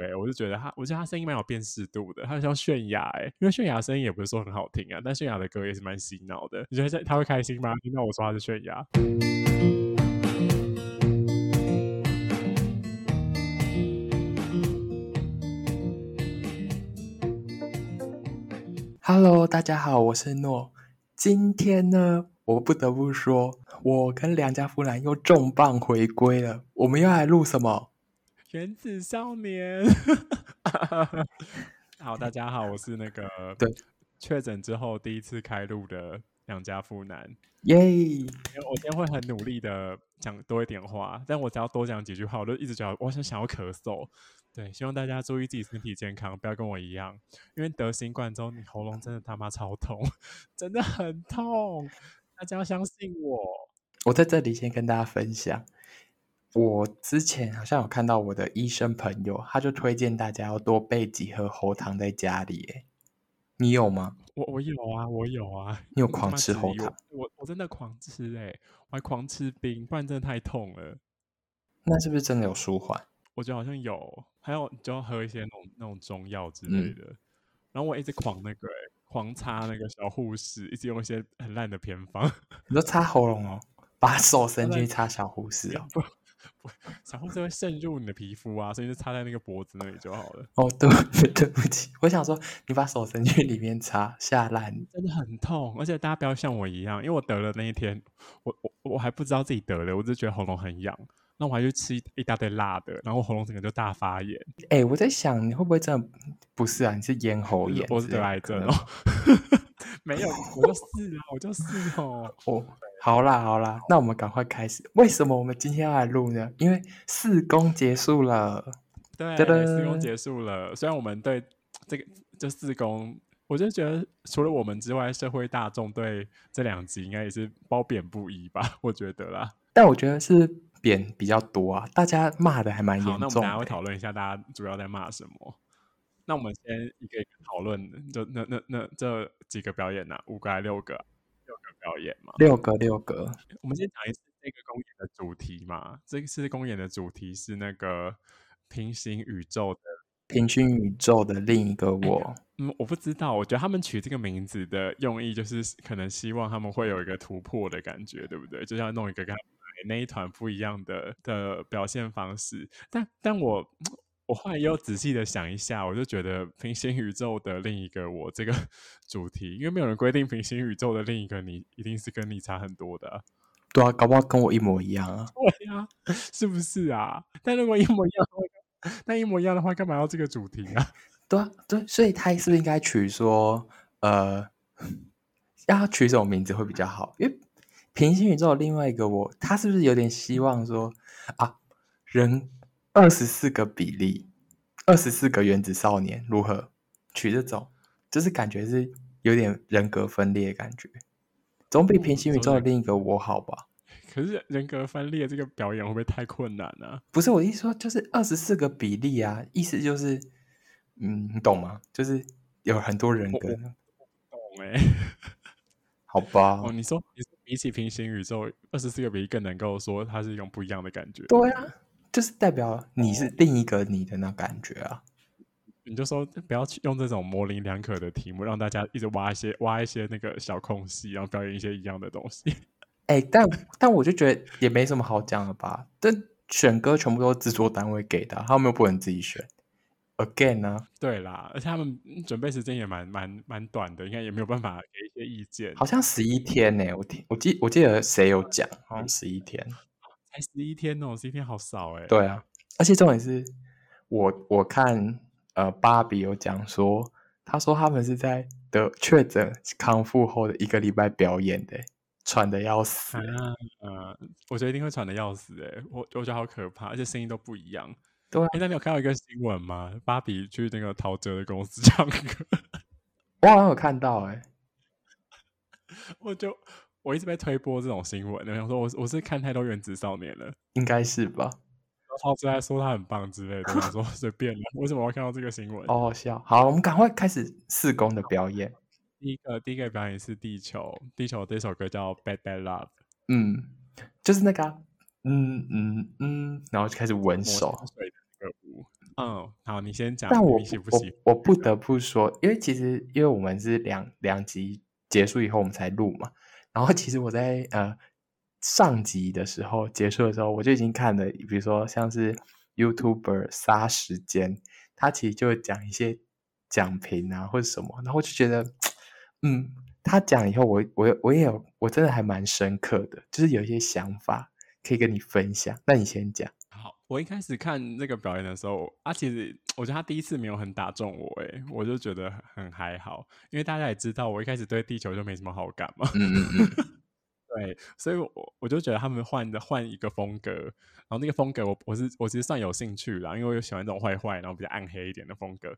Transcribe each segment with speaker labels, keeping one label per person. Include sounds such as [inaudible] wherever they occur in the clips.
Speaker 1: 哎、我就觉得他，我觉得他声音蛮有辨识度的，他叫泫雅哎、因为泫雅声音也不是说很好听啊，但泫雅的歌也是蛮洗脑的。你觉得他会开心吗？听到我说他是泫雅？
Speaker 2: Hello，大家好，我是诺。今天呢，我不得不说，我跟梁家夫兰又重磅回归了。我们又来录什么？
Speaker 1: 原子少年。 [laughs] 好，大家好，我是那个
Speaker 2: 对
Speaker 1: 确诊之后第一次开录的两家妇男。
Speaker 2: 耶、
Speaker 1: 因为我今天会很努力的讲多一点话，但我只要多讲几句话，我就一直觉得我想想要咳嗽。对，希望大家注意自己身体健康，不要跟我一样，因为得新冠之后，你喉咙真的他妈超痛，真的很痛。大家要相信我。
Speaker 2: 我在这里先跟大家分享，我之前好像有看到我的医生朋友，他就推荐大家要多备几盒喉糖在家里。哎，你有吗？
Speaker 1: 我我有啊，我有啊。
Speaker 2: 你有
Speaker 1: 他
Speaker 2: 狂
Speaker 1: 妈
Speaker 2: 吃
Speaker 1: 质
Speaker 2: 喉
Speaker 1: 疑我
Speaker 2: 糖？
Speaker 1: 我我真的狂吃哎、我还狂吃冰，不然真的太痛了。
Speaker 2: 那是不是真的有舒缓？
Speaker 1: 我觉得好像有，还有你就要喝一些那种那种中药之类
Speaker 2: 嗯
Speaker 1: 的。然后我一直狂那个、欸，狂擦那个小护士，一直用一些很烂的偏方。 [laughs]
Speaker 2: 你说擦喉咙哦，把手伸进
Speaker 1: 在
Speaker 2: 去擦小护士哦。
Speaker 1: 不不，小护士会渗入你的皮肤啊，所以就擦在那个脖子那里就好了。
Speaker 2: 哦，对不对不起，我想说你把手伸去里面擦，吓烂。
Speaker 1: 真的很痛，而且大家不要像我一样，因为我得了那一天，我我我还不知道自己得了，我就觉得喉咙很痒，那我还去吃一一大堆辣的，然后喉咙整个就大发炎。
Speaker 2: 哎，我在想你会不会真的不是啊？你是咽喉
Speaker 1: 就是
Speaker 2: 炎，
Speaker 1: 我是得癌症哦。 [laughs]
Speaker 2: 哦。
Speaker 1: 没有，我就是啊，我就是哦。
Speaker 2: 哦，好啦好啦，那我们赶快开始。为什么我们今天要来录呢？因为四公结束了。
Speaker 1: 对，
Speaker 2: 噔
Speaker 1: 四公
Speaker 2: 噔
Speaker 1: 结束了。虽然我们对这个这四公，我就觉得除了我们之外，社会大众对这两集应该也是褒贬不一吧？我觉得啦。
Speaker 2: 但我觉得是扁比较多啊，大家骂的还蛮
Speaker 1: 好，那
Speaker 2: 严
Speaker 1: 我们
Speaker 2: 重
Speaker 1: 大家会
Speaker 2: 的。
Speaker 1: 讨论一下，大家主要在骂什么？那我们先一个一个讨论，就那那那这几个表演呐、五个还六个啊？六个表演嘛。
Speaker 2: 六个六个，
Speaker 1: 我们先讲一次这个公演的主题嘛。这次公演的主题是那个平行宇宙的
Speaker 2: 平均宇宙的另一个我，
Speaker 1: 嗯，我不知道，我觉得他们取这个名字的用意就是可能希望他们会有一个突破的感觉，对不对？就是要弄一个跟他们那一团不一样的的表现方式。但但我我后来又仔细的想一下，我就觉得平行宇宙的另一个我这个 [laughs] 主题，因为没有人规定平行宇宙的另一个你一定是跟你差很多的啊、 [laughs]
Speaker 2: 对啊，搞不好跟我一模一样啊。
Speaker 1: 对呀、 [laughs] 是不是啊？但如果一模一样的话， [laughs] 那一模一样的话，干嘛要这个主题啊？ [laughs]
Speaker 2: 对啊，对，所以他是不是应该取说，呃， [laughs] 要取什么名字会比较好？因为平行宇宙的另外一个我，他是不是有点希望说啊，人二十四个比例，二十四个原子少年如何取这种？就是感觉是有点人格分裂的感觉，总
Speaker 1: 哦
Speaker 2: 比平行宇宙的另一个我好吧？
Speaker 1: 可是人格分裂这个表演会不会太困难呢、啊？
Speaker 2: 不是我意思说，就是二十四个比例啊，意思就是，嗯，你懂吗？就是有很多人
Speaker 1: 我
Speaker 2: 格
Speaker 1: 我
Speaker 2: 那种。
Speaker 1: 懂哎、
Speaker 2: 好吧，
Speaker 1: 哦，你说你说比起平行宇宙，二十四个比一更能够说它是一种不一样的感觉。
Speaker 2: 对啊，就是代表你是另一个你的那感觉啊。
Speaker 1: 你就说不要去用这种模棱两可的题目，让大家一直挖一些挖一些那个小空隙，然后表演一些一样的东西。 [laughs]
Speaker 2: 哎，但但我就觉得也没什么好讲的吧。但选歌全部都是制作单位给的啊、他们又不能自己选。Again 啊呢、
Speaker 1: 对啦，而且他们嗯准备时间也蛮蛮蛮短的，应该也没有办法给一些意见。
Speaker 2: 好像十一天呢、我听我记我记得谁有讲，好像十一天。
Speaker 1: 才十一天哦，十一天好少哎、
Speaker 2: 对啊，而且重点是我我看呃芭比有讲说，他说他们是在得确诊康复后的一个礼拜表演的欸、喘的要死
Speaker 1: 啊。，呃，我觉得一定会喘的要死哎、我我觉得好可怕，而且声音都不一样。
Speaker 2: 对啊
Speaker 1: 哎、那你有看到一个新闻吗？芭比去那个陶喆的公司唱歌，
Speaker 2: 我好像有看到哎、
Speaker 1: 我就我一直被推播这种新闻，我想说我是我是看太多原子少年了，然
Speaker 2: 应该是吧？
Speaker 1: 后陶喆还说他很棒之类的，我想说随便了，为什么我要看到这个新闻？
Speaker 2: 好好哦笑。好，我们赶快开始四公的表演。
Speaker 1: 第一个第一个表演是地球，地球这首歌叫《Bad Bad Love》，
Speaker 2: 嗯，就是那个啊、嗯嗯嗯，然后就开始闻
Speaker 1: 抹
Speaker 2: 手
Speaker 1: 香。水的那个舞，嗯，好，你先讲，
Speaker 2: 但我
Speaker 1: 你喜不
Speaker 2: 我
Speaker 1: 喜欢？
Speaker 2: 我不得不说，因为其实因为我们是两两集结束以后我们才录嘛，然后其实我在呃上集的时候结束的时候，我就已经看了，比如说像是 YouTuber 杀时间，他其实就会讲一些讲评啊或者什么，然后我就觉得，嗯，他讲以后我我我也有我真的还蛮深刻的，就是有一些想法可以跟你分享。那你先讲，
Speaker 1: 好，我一开始看那个表演的时候，啊，其实我觉得他第一次没有很打中我，诶，我就觉得很还好，因为大家也知道我一开始对地球就没什么好感嘛，
Speaker 2: 嗯嗯嗯，
Speaker 1: 对，所以我我就觉得他们换的换一个风格，然后那个风格我我是我其实算有兴趣啦，因为我有喜欢这种坏坏，然后比较暗黑一点的风格。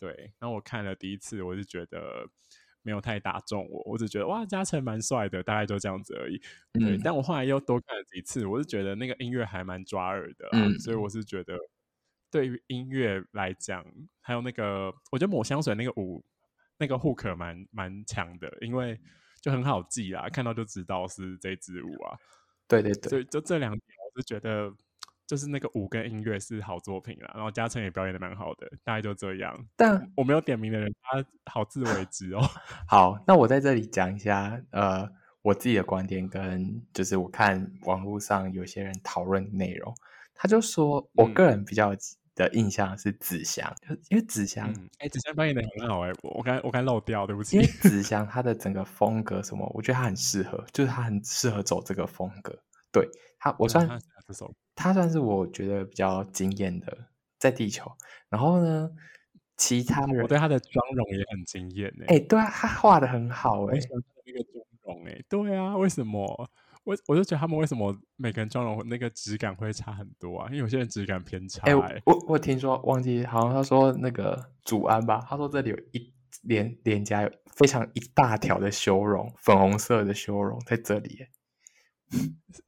Speaker 1: 对，然后我看了第一次，我就觉得没有太打中我，我只觉得哇，嘉诚蛮帅的，大概就这样子而已。对，
Speaker 2: 嗯
Speaker 1: 但我后来又多看了几次，我是觉得那个音乐还蛮抓耳的啦，
Speaker 2: 嗯
Speaker 1: 所以我是觉得对于音乐来讲，还有那个，我觉得抹香水那个舞那个 hook 蛮蛮强的，因为就很好记啦，看到就知道是这支舞啊。
Speaker 2: [laughs] 对对对
Speaker 1: 所。以就这两点，我是觉得就是那个舞跟音乐是好作品啦。然后嘉诚也表演的蛮好的，大概就这样。
Speaker 2: 但
Speaker 1: 我没有点名的人，他好自为之
Speaker 2: [laughs]
Speaker 1: 哦。
Speaker 2: 好，那我在这里讲一下，呃，我自己的观点跟就是我看网络上有些人讨论的内容，他就说我
Speaker 1: 嗯
Speaker 2: 个人比较的印象是子祥，就因为子祥，
Speaker 1: 嗯，哎、子珊表演的很好哎、我我刚我刚漏掉，对不起
Speaker 2: 因为。子祥他的整个风格什么，我觉得他很适合，就是他很适合走这个风格。对他，我
Speaker 1: 嗯
Speaker 2: 算、
Speaker 1: 他是这首
Speaker 2: 他算是我觉得比较惊艳的在地球。然后呢，其他人
Speaker 1: 我，对他的妆容也很惊艳哎、
Speaker 2: 哎、对啊，他画的很好、
Speaker 1: 我
Speaker 2: 欸，
Speaker 1: 很喜欢他的那个妆容哎、对啊，为什么？我我就觉得他们为什么每个人妆容那个质感会差很多啊？因为有些人质感偏差、
Speaker 2: 哎、
Speaker 1: 欸，
Speaker 2: 我我我听说忘记，好像他说那个祖安吧，他说这里有一脸脸颊有非常一大条的修容，粉红色的修容在这里耶，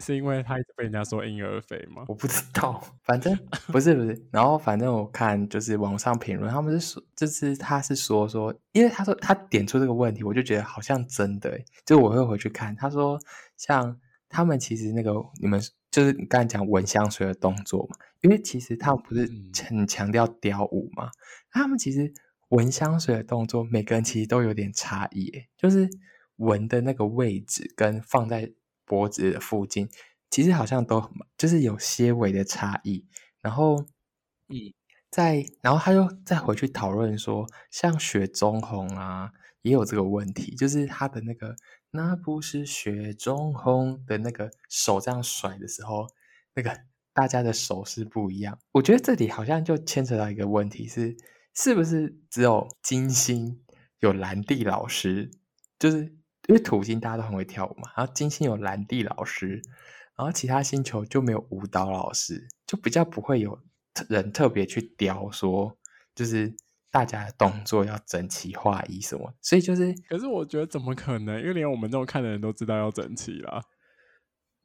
Speaker 1: 是因为他一直被人家说婴儿肥吗？
Speaker 2: 我不知道，反正不是不是，然后反正我看就是网上评论，他们是说，就是他是说说，因为他说他点出这个问题，我就觉得好像真的耶，就我会回去看，他说像他们其实那个你们就是你刚才讲闻香水的动作嘛，因为其实他们不是
Speaker 1: 嗯
Speaker 2: 很强调雕舞嘛，他们其实闻香水的动作，每个人其实都有点差异耶，就是闻的那个位置跟放在脖子的附近，其实好像都很就是有些微的差异。然后，
Speaker 1: 嗯，
Speaker 2: 再然后他又再回去讨论说，像雪中红啊，也有这个问题，就是他的那个那不是雪中红的那个手这样甩的时候，那个大家的手势不一样。我觉得这里好像就牵扯到一个问题是，是不是只有金星有兰蒂老师，就是因为土星大家都很会跳舞嘛，然后金星有兰蒂老师，然后其他星球就没有舞蹈老师，就比较不会有特人特别去雕说，就是大家的动作要整齐划一什么，所以就是
Speaker 1: 可是我觉得怎么可能？因为连我们这种看的人都知道要整齐啦，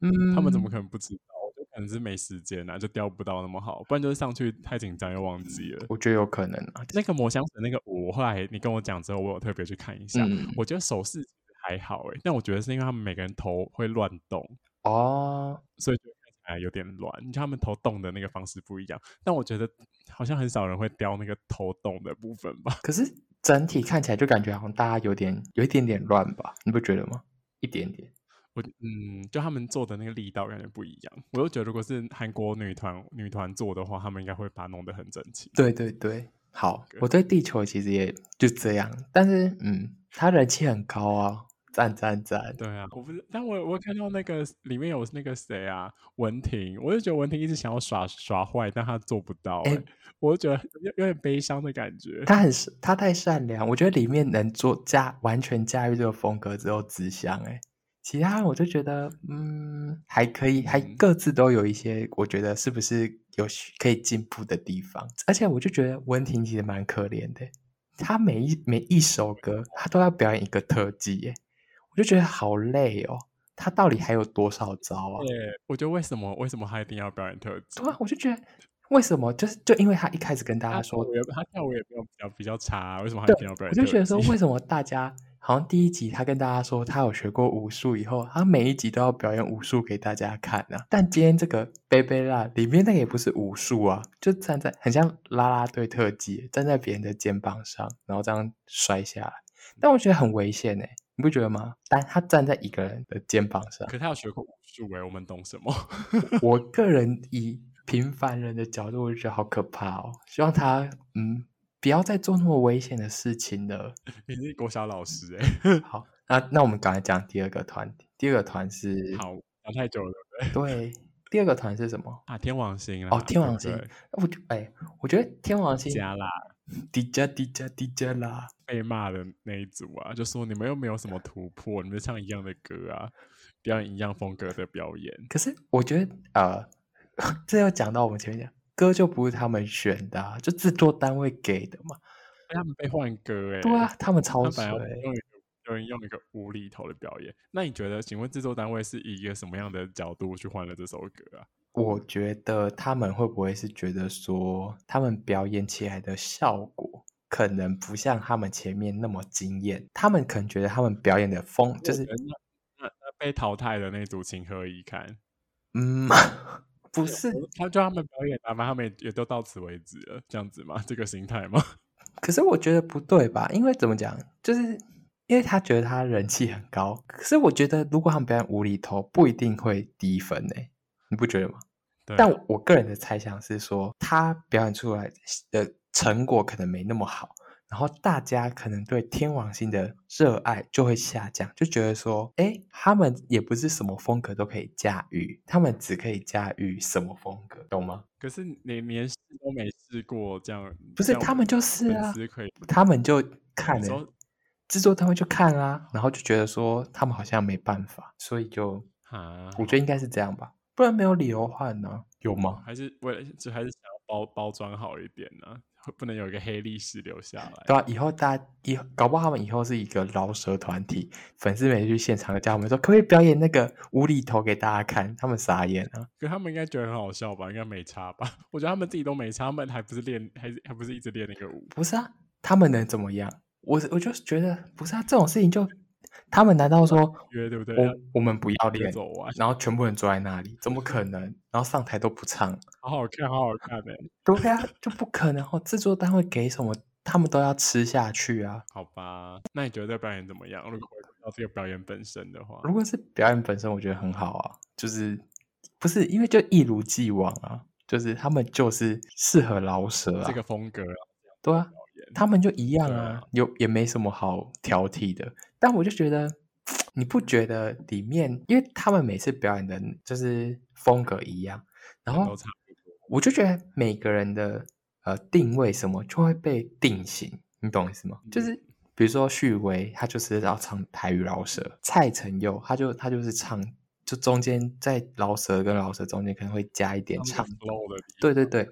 Speaker 2: 嗯，
Speaker 1: 他们怎么可能不知道？就可能是没时间啊啦，就雕不到那么好，不然就是上去太紧张又忘记了。
Speaker 2: 我觉得有可能啊，
Speaker 1: 那个抹香水那个舞，后来你跟我讲之后，我有特别去看一下，
Speaker 2: 嗯
Speaker 1: 我觉得手势其实还好诶、但我觉得是因为他们每个人头会乱动，
Speaker 2: 哦，
Speaker 1: 所以就看起来有点乱，就他们头动的那个方式不一样。但我觉得好像很少人会雕那个头动的部分吧。
Speaker 2: 可是整体看起来就感觉好像大家有点有一点点乱吧，你不觉得吗？一点点，
Speaker 1: 我嗯，就他们做的那个力道感觉不一样。我就觉得，如果是韩国女团女团做的话，他们应该会把它弄得很整齐。
Speaker 2: 对对对，好，我对地球其实也就这样，但是嗯，他人气很高啊，赞赞赞，
Speaker 1: 对啊，我不是，但我我看到那个里面有那个谁啊，文婷，我就觉得文婷一直想要耍耍坏，但她做不到、欸，
Speaker 2: 哎
Speaker 1: 我就觉得有有点悲伤的感觉。
Speaker 2: 他很是他太善良，我觉得里面能做驾完全驾驭这个风格只有子祥哎、其他人我就觉得嗯还可以，还
Speaker 1: 嗯
Speaker 2: 各自都有一些我觉得是不是有需可以进步的地方，而且我就觉得文婷其实蛮可怜的欸、她每一每一首歌她都要表演一个特技耶、我就觉得好累哦，她到底还有多少招啊？
Speaker 1: 对，我觉得为什么为什么她一定要表演特技？
Speaker 2: 对啊，我就觉得为什么就是就因为她一开始跟大
Speaker 1: 她
Speaker 2: 家
Speaker 1: 跳
Speaker 2: 说
Speaker 1: 舞也她跳舞也没有比较比较差啊、为什么她
Speaker 2: 对
Speaker 1: 一定要表演
Speaker 2: 我
Speaker 1: 特技？ [laughs]
Speaker 2: 就觉得说，为什么大家好像第一集他跟大家说他有学过武术，以后他每一集都要表演武术给大家看啊。但今天这个贝贝拉里面那个也不是武术啊，就站在很像啦啦队特技，站在别人的肩膀上，然后这样摔下来。但我觉得很危险哎、你不觉得吗？但他站在一个人的肩膀上
Speaker 1: 可，是他有学过武术哎、我们懂什么？ [laughs]
Speaker 2: 我个人以平凡人的角度，我就觉得好可怕哦。希望他嗯不要再做那么危险的事情了。
Speaker 1: 你是国小老师哎、
Speaker 2: 好，那那我们赶快讲第二个团体。第二个团是，
Speaker 1: 好，讲太久了
Speaker 2: 对，第二个团是什么？
Speaker 1: 啊！天王星啦
Speaker 2: 哦，天
Speaker 1: 对
Speaker 2: 王
Speaker 1: 不
Speaker 2: 星
Speaker 1: 对。
Speaker 2: 我觉哎、我觉得天王星，
Speaker 1: 加啦，
Speaker 2: 迪迦迪迦迪迦啦，
Speaker 1: 被骂的那一组啊，就说你们又没有什么突破，你们唱一样的歌啊，表演一样风格的表演，
Speaker 2: 可是我觉得，呃， [laughs] 这要讲到我们前面讲，歌就不是他们选的、啊，就制作单位给的嘛。
Speaker 1: 他们被换歌哎、
Speaker 2: 对啊，，他们超
Speaker 1: 他
Speaker 2: 水
Speaker 1: 反。而用一个有人用一个无厘头的表演。那你觉得，请问制作单位是以一个什么样的角度去换了这首歌啊？
Speaker 2: 我觉得他们会不会是觉得说，他们表演起来的效果可能不像他们前面那么惊艳，他们可能觉得他们表演的风就是
Speaker 1: 那那那被淘汰的那组情何以堪？
Speaker 2: 嗯， [laughs] 不是，
Speaker 1: 他就他们表演啊，反正他们也也都到此为止了，这样子吗？这个心态吗？ [laughs]
Speaker 2: 可是我觉得不对吧？因为怎么讲，就是因为他觉得他人气很高，可是我觉得如果他们表演无厘头，不一定会低分呢、你不觉得吗？
Speaker 1: 对，啊
Speaker 2: 但我个人的猜想是说，他表演出来的成果可能没那么好，然后大家可能对天王星的热爱就会下降，就觉得说，哎，他们也不是什么风格都可以驾驭，他们只可以驾驭什么风格，懂吗？
Speaker 1: 可是你连试都没试过，这样
Speaker 2: 不是，他们
Speaker 1: 就
Speaker 2: 就是
Speaker 1: 粉
Speaker 2: 啊，
Speaker 1: 丝可以
Speaker 2: 他们就看
Speaker 1: 你
Speaker 2: 了、
Speaker 1: 说
Speaker 2: 制作单位就看啊，然后就觉得说他们好像没办法，所以就
Speaker 1: 啊，
Speaker 2: 我觉得应该是这样吧，不然没有理由换呢、有吗？
Speaker 1: 还是为了就还是想要包包装好一点呢、不能有一个黑历史留下来。
Speaker 2: 对啊，以后大家以后搞不好他们以后是一个饶舌团体，粉丝每次去现场叫他们说，可不可以表演那个无厘头给大家看？他们傻眼啊！
Speaker 1: 可他们应该觉得很好笑吧？应该没差吧？ [laughs] 我觉得他们自己都没差，他们还不是练，还是还不是一直练那个舞？
Speaker 2: 不是啊，他们能怎么样？我我就觉得不是啊，这种事情就他们难道说
Speaker 1: 约对不对？
Speaker 2: 我我们不要
Speaker 1: 要
Speaker 2: 练，
Speaker 1: 走完，
Speaker 2: 然后全部人坐在那里，怎么可能？然后上台都不唱，
Speaker 1: 好好看，好好看哎、
Speaker 2: 对啊，就不可能哦！制作单位给什么，他们都要吃下去啊。
Speaker 1: 好吧，那你觉得这表演怎么样？如果回到这个表演本身的话，
Speaker 2: 如果是表演本身，我觉得很好啊，就是不是因为就一如既往啊，就是他们就是适合饶舌啊，
Speaker 1: 这个风格啊，
Speaker 2: 对啊，
Speaker 1: 表演，
Speaker 2: 他们就一样
Speaker 1: 对
Speaker 2: 啊
Speaker 1: 啊，
Speaker 2: 有也没什么好挑剔的。但我就觉得，你不觉得里面，因为他们每次表演的就是风格一样，然后
Speaker 1: 都差不多。
Speaker 2: 我就觉得每个人的呃定位什么就会被定型，你懂我意思吗？就
Speaker 1: 嗯
Speaker 2: 是比如说旭威，他就是要唱台语饶舌；蔡成佑，他就他就是唱，就中间在饶舌跟饶舌中间可能会加一点
Speaker 1: 他
Speaker 2: 唱
Speaker 1: 们有，flow 的地方，
Speaker 2: 对对对。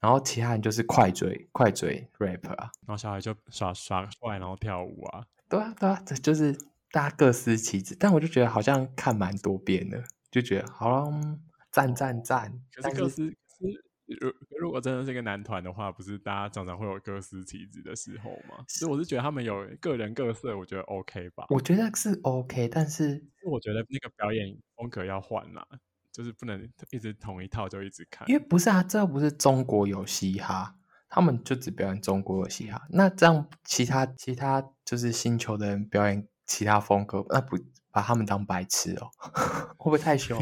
Speaker 2: 然后其他人就是快嘴快嘴 rap 啊，
Speaker 1: 然后小孩就耍耍帅，然后跳舞啊，
Speaker 2: 对啊对啊，这就是大家各司其职。但我就觉得好像看蛮多遍的，就觉得好像赞赞赞，
Speaker 1: 可
Speaker 2: 但
Speaker 1: 是各司可是如如果真的是一个男团的话，不是大家常常会有各司其职的时候吗？所以我是觉得他们有个人各色，我觉得 OK 吧。
Speaker 2: 我觉得是 OK，但是
Speaker 1: 我觉得那个表演风格要换啦，就是不能一直同一套就一直看
Speaker 2: 因。为不是啊，这又不是中国有嘻哈，他们就只表演中国有嘻哈。那这样其他其他就是星球的人表演其他风格，那不把他们当白痴哦？ [laughs] 会不会太凶？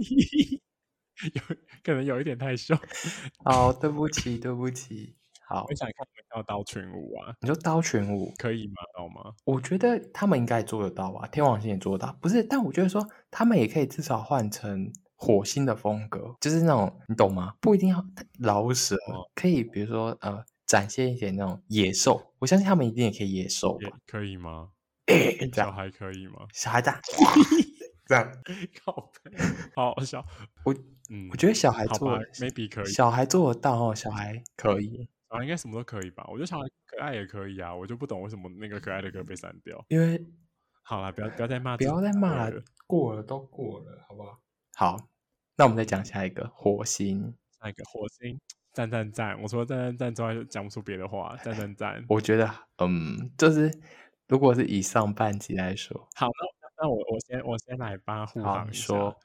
Speaker 1: [laughs] 有可能有一点太凶，
Speaker 2: 哦，对不起，对不起。好
Speaker 1: 我，想看他们跳刀群舞啊，
Speaker 2: 你说刀群舞，
Speaker 1: 可以吗？好吗？
Speaker 2: 我觉得他们应该做得到吧，天王星也做得到。不是，但我觉得说他们也可以至少换成火星的风格，就是那种你懂吗？不一定要老舍，
Speaker 1: 哦
Speaker 2: 可以比如说呃，展现一点那种野兽。我相信他们一定也可以野兽
Speaker 1: 也
Speaker 2: 吧。
Speaker 1: 可以吗？
Speaker 2: [laughs] 这
Speaker 1: 小
Speaker 2: 样，
Speaker 1: 孩可以吗？ [laughs]
Speaker 2: 小孩子啊这样，
Speaker 1: 靠背，好好笑。
Speaker 2: 我
Speaker 1: 嗯，
Speaker 2: 我觉得小孩
Speaker 1: 好
Speaker 2: 做
Speaker 1: 吧，maybe 可以，
Speaker 2: 小孩做得到哦，小孩可以，
Speaker 1: 啊，应该什么都可以吧？我觉得小孩可爱也可以啊，我就不懂为什么那个可爱的歌被删掉。
Speaker 2: 因为
Speaker 1: 好啦，不要不要再骂，
Speaker 2: 嗯不要再骂了
Speaker 1: 了。，呃
Speaker 2: 过了都过了，好不好？好，那我们再讲下一个火星。
Speaker 1: 那个火星赞赞
Speaker 2: [laughs]
Speaker 1: 赞，我除了赞赞赞之外就讲不出别的话，赞赞赞。
Speaker 2: 我觉得，嗯，就是如果是以上半集来说，
Speaker 1: 好，那那我我先我先来帮护
Speaker 2: 好
Speaker 1: 航
Speaker 2: 你
Speaker 1: 一下
Speaker 2: 说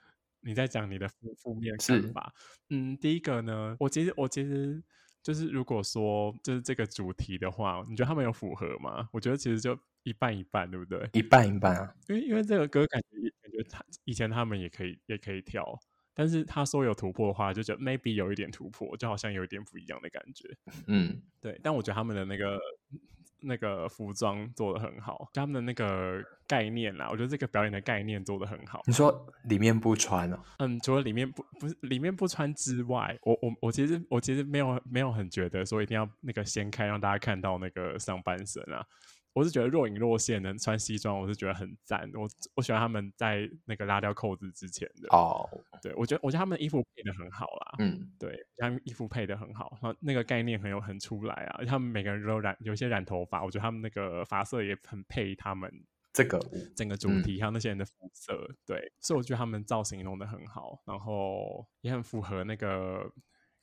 Speaker 1: 你在讲你的负负面
Speaker 2: 是
Speaker 1: 看法。嗯，第一个呢，我其实我其实就是如果说就是这个主题的话，你觉得他们有符合吗？我觉得其实就一半一半，对不对？
Speaker 2: 一半一半啊，
Speaker 1: 因为因为这个歌感觉感觉他以前他们也可以也可以跳，但是他说有突破的话，就觉得 maybe 有一点突破，就好像有一点不一样的感觉。
Speaker 2: 嗯，
Speaker 1: 对，但我觉得他们的那个 [laughs] 那个服装做的很好，就他们的那个概念啊啦，我觉得这个表演的概念做的很好。
Speaker 2: 你说里面不穿哦，
Speaker 1: 嗯，除了里面不不是里面不穿之外，我我我其实我其实没有没有很觉得说一定要那个掀开让大家看到那个上半身啊。我是觉得若隐若现能穿西装，我是觉得很赞。我我喜欢他们在那个拉掉扣子之前的，
Speaker 2: 哦，
Speaker 1: 对我觉得我觉得他们衣服配的很好啦。
Speaker 2: 嗯，
Speaker 1: 对，他们衣服配的很好，然后那个概念很有很出来啊。而且他们每个人都染，有些染头发，我觉得他们那个发色也很配他们
Speaker 2: 这个
Speaker 1: 整个主
Speaker 2: 嗯
Speaker 1: 题，还有那些人的肤色。对，所以我觉得他们造型弄得很好，然后也很符合那个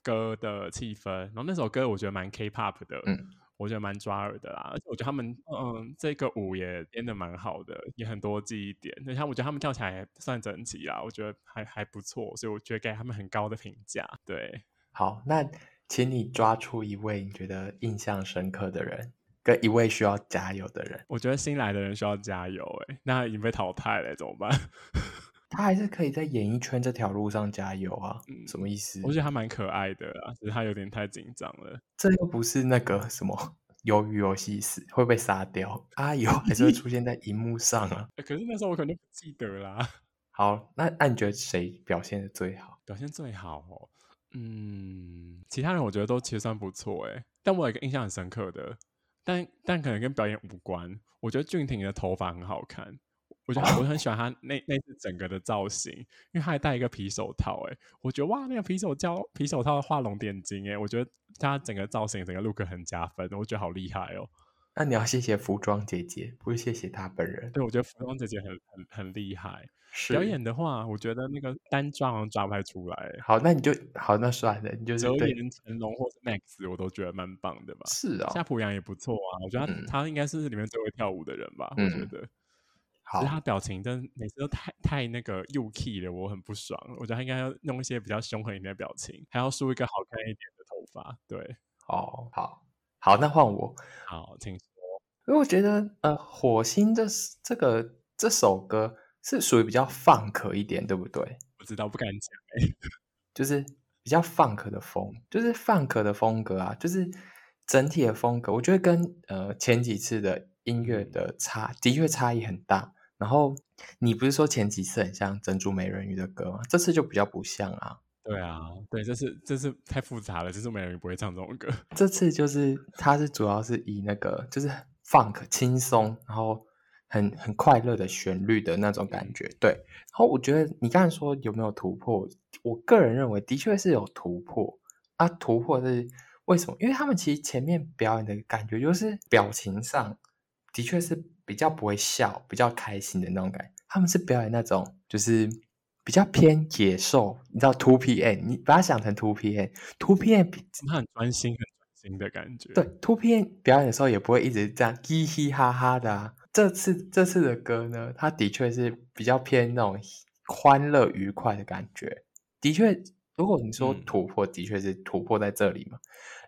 Speaker 1: 歌的气氛。然后那首歌我觉得蛮 K-pop 的，
Speaker 2: 嗯
Speaker 1: 我觉得蛮抓耳的啦。而且我觉得他们嗯，这个舞也编的蛮好的，也很多记忆点。而且他们我觉得他们跳起来算整齐啦，我觉得还还不错，所以我觉得给他们很高的评价。对。
Speaker 2: 好，那请你抓出一位你觉得印象深刻的人，跟一位需要加油的人，
Speaker 1: 我觉得新来的人需要加油、欸，那已经被淘汰了、怎么办？ [laughs]
Speaker 2: 他还是可以在演艺圈这条路上加油啊，
Speaker 1: 嗯
Speaker 2: 什么意思？
Speaker 1: 我觉得他蛮可爱的啊，只是他有点太紧张了。
Speaker 2: 这又不是那个什么鱿鱼游戏死会被杀掉，阿油还是会出现在荧幕上啊。 [laughs]
Speaker 1: 欸可是那时候我可能就不记得啦。 [laughs]
Speaker 2: 好，那那你觉得谁表现的最好？
Speaker 1: 表现最好哦，嗯，其他人我觉得都其实算不错哎、但我有一个印象很深刻的，但但可能跟表演无关。我觉得俊廷的头发很好看，我觉得他我很喜欢他那那次整个的造型，因为他还戴一个皮手套哎、我觉得哇，那个皮手套皮手套画龙点睛哎、我觉得他整个造型整个 look 很加分，我觉得好厉害哦。
Speaker 2: 那你要谢谢服装姐姐，不是谢谢她本人。
Speaker 1: 对，我觉得服装姐姐很很很厉害。
Speaker 2: 是
Speaker 1: 表演的话，我觉得那个单抓好像抓不太出来、欸。
Speaker 2: 好，那你就好，那算了，你就是
Speaker 1: 折
Speaker 2: 对，
Speaker 1: 颜成龙或是 Max，我都觉得蛮棒的吧。
Speaker 2: 是
Speaker 1: 夏
Speaker 2: 哦，
Speaker 1: 普阳也不错啊，我觉得他、
Speaker 2: 嗯
Speaker 1: 他应该是里面最会跳舞的人吧，我觉
Speaker 2: 嗯
Speaker 1: 得。只
Speaker 2: 好
Speaker 1: 是，他表情真的每次都太太那个幼 key 了，我很不爽。我觉得他应该要弄一些比较凶狠一点的表情，还要梳一个好看一点的头发。对，
Speaker 2: 哦，好，好，那换我，
Speaker 1: 好，请说。
Speaker 2: 因为我觉得呃，火星这这个这首歌是属于比较放克一点，对不对？
Speaker 1: 我知道不敢讲，
Speaker 2: 就是比较 funk 的风，就是 funk 的风格啊，就是整体的风格，我觉得跟呃前几次的音乐的差的确差异很大。然后你不是说前几次很像珍珠美人鱼的歌吗？这次就比较不像啊，
Speaker 1: 对啊，对，这是这是太复杂了，就是美人鱼不会唱这种歌。 [laughs]
Speaker 2: 这次就是它是主要是以那个就是 funk 轻松，然后很很快乐的旋律的那种感觉。对，然后我觉得你刚才说有没有突破，我个人认为的确是有突破啊，突破是为什么？因为他们其实前面表演的感觉就是表情上的确是比较不会笑，比较开心的那种感觉。他们是表演那种就是比较偏野兽，你知道 Two PM，你把它想成 Two PM，Two PM 比
Speaker 1: 他很专心，很专心的感觉。
Speaker 2: 对，突片表演的时候也不会一直这样嘻嘻哈哈的啊。这次这次的歌呢，它的确是比较偏那种欢乐愉快的感觉。的确，如果你说
Speaker 1: 嗯
Speaker 2: 突破，的确是突破在这里嘛。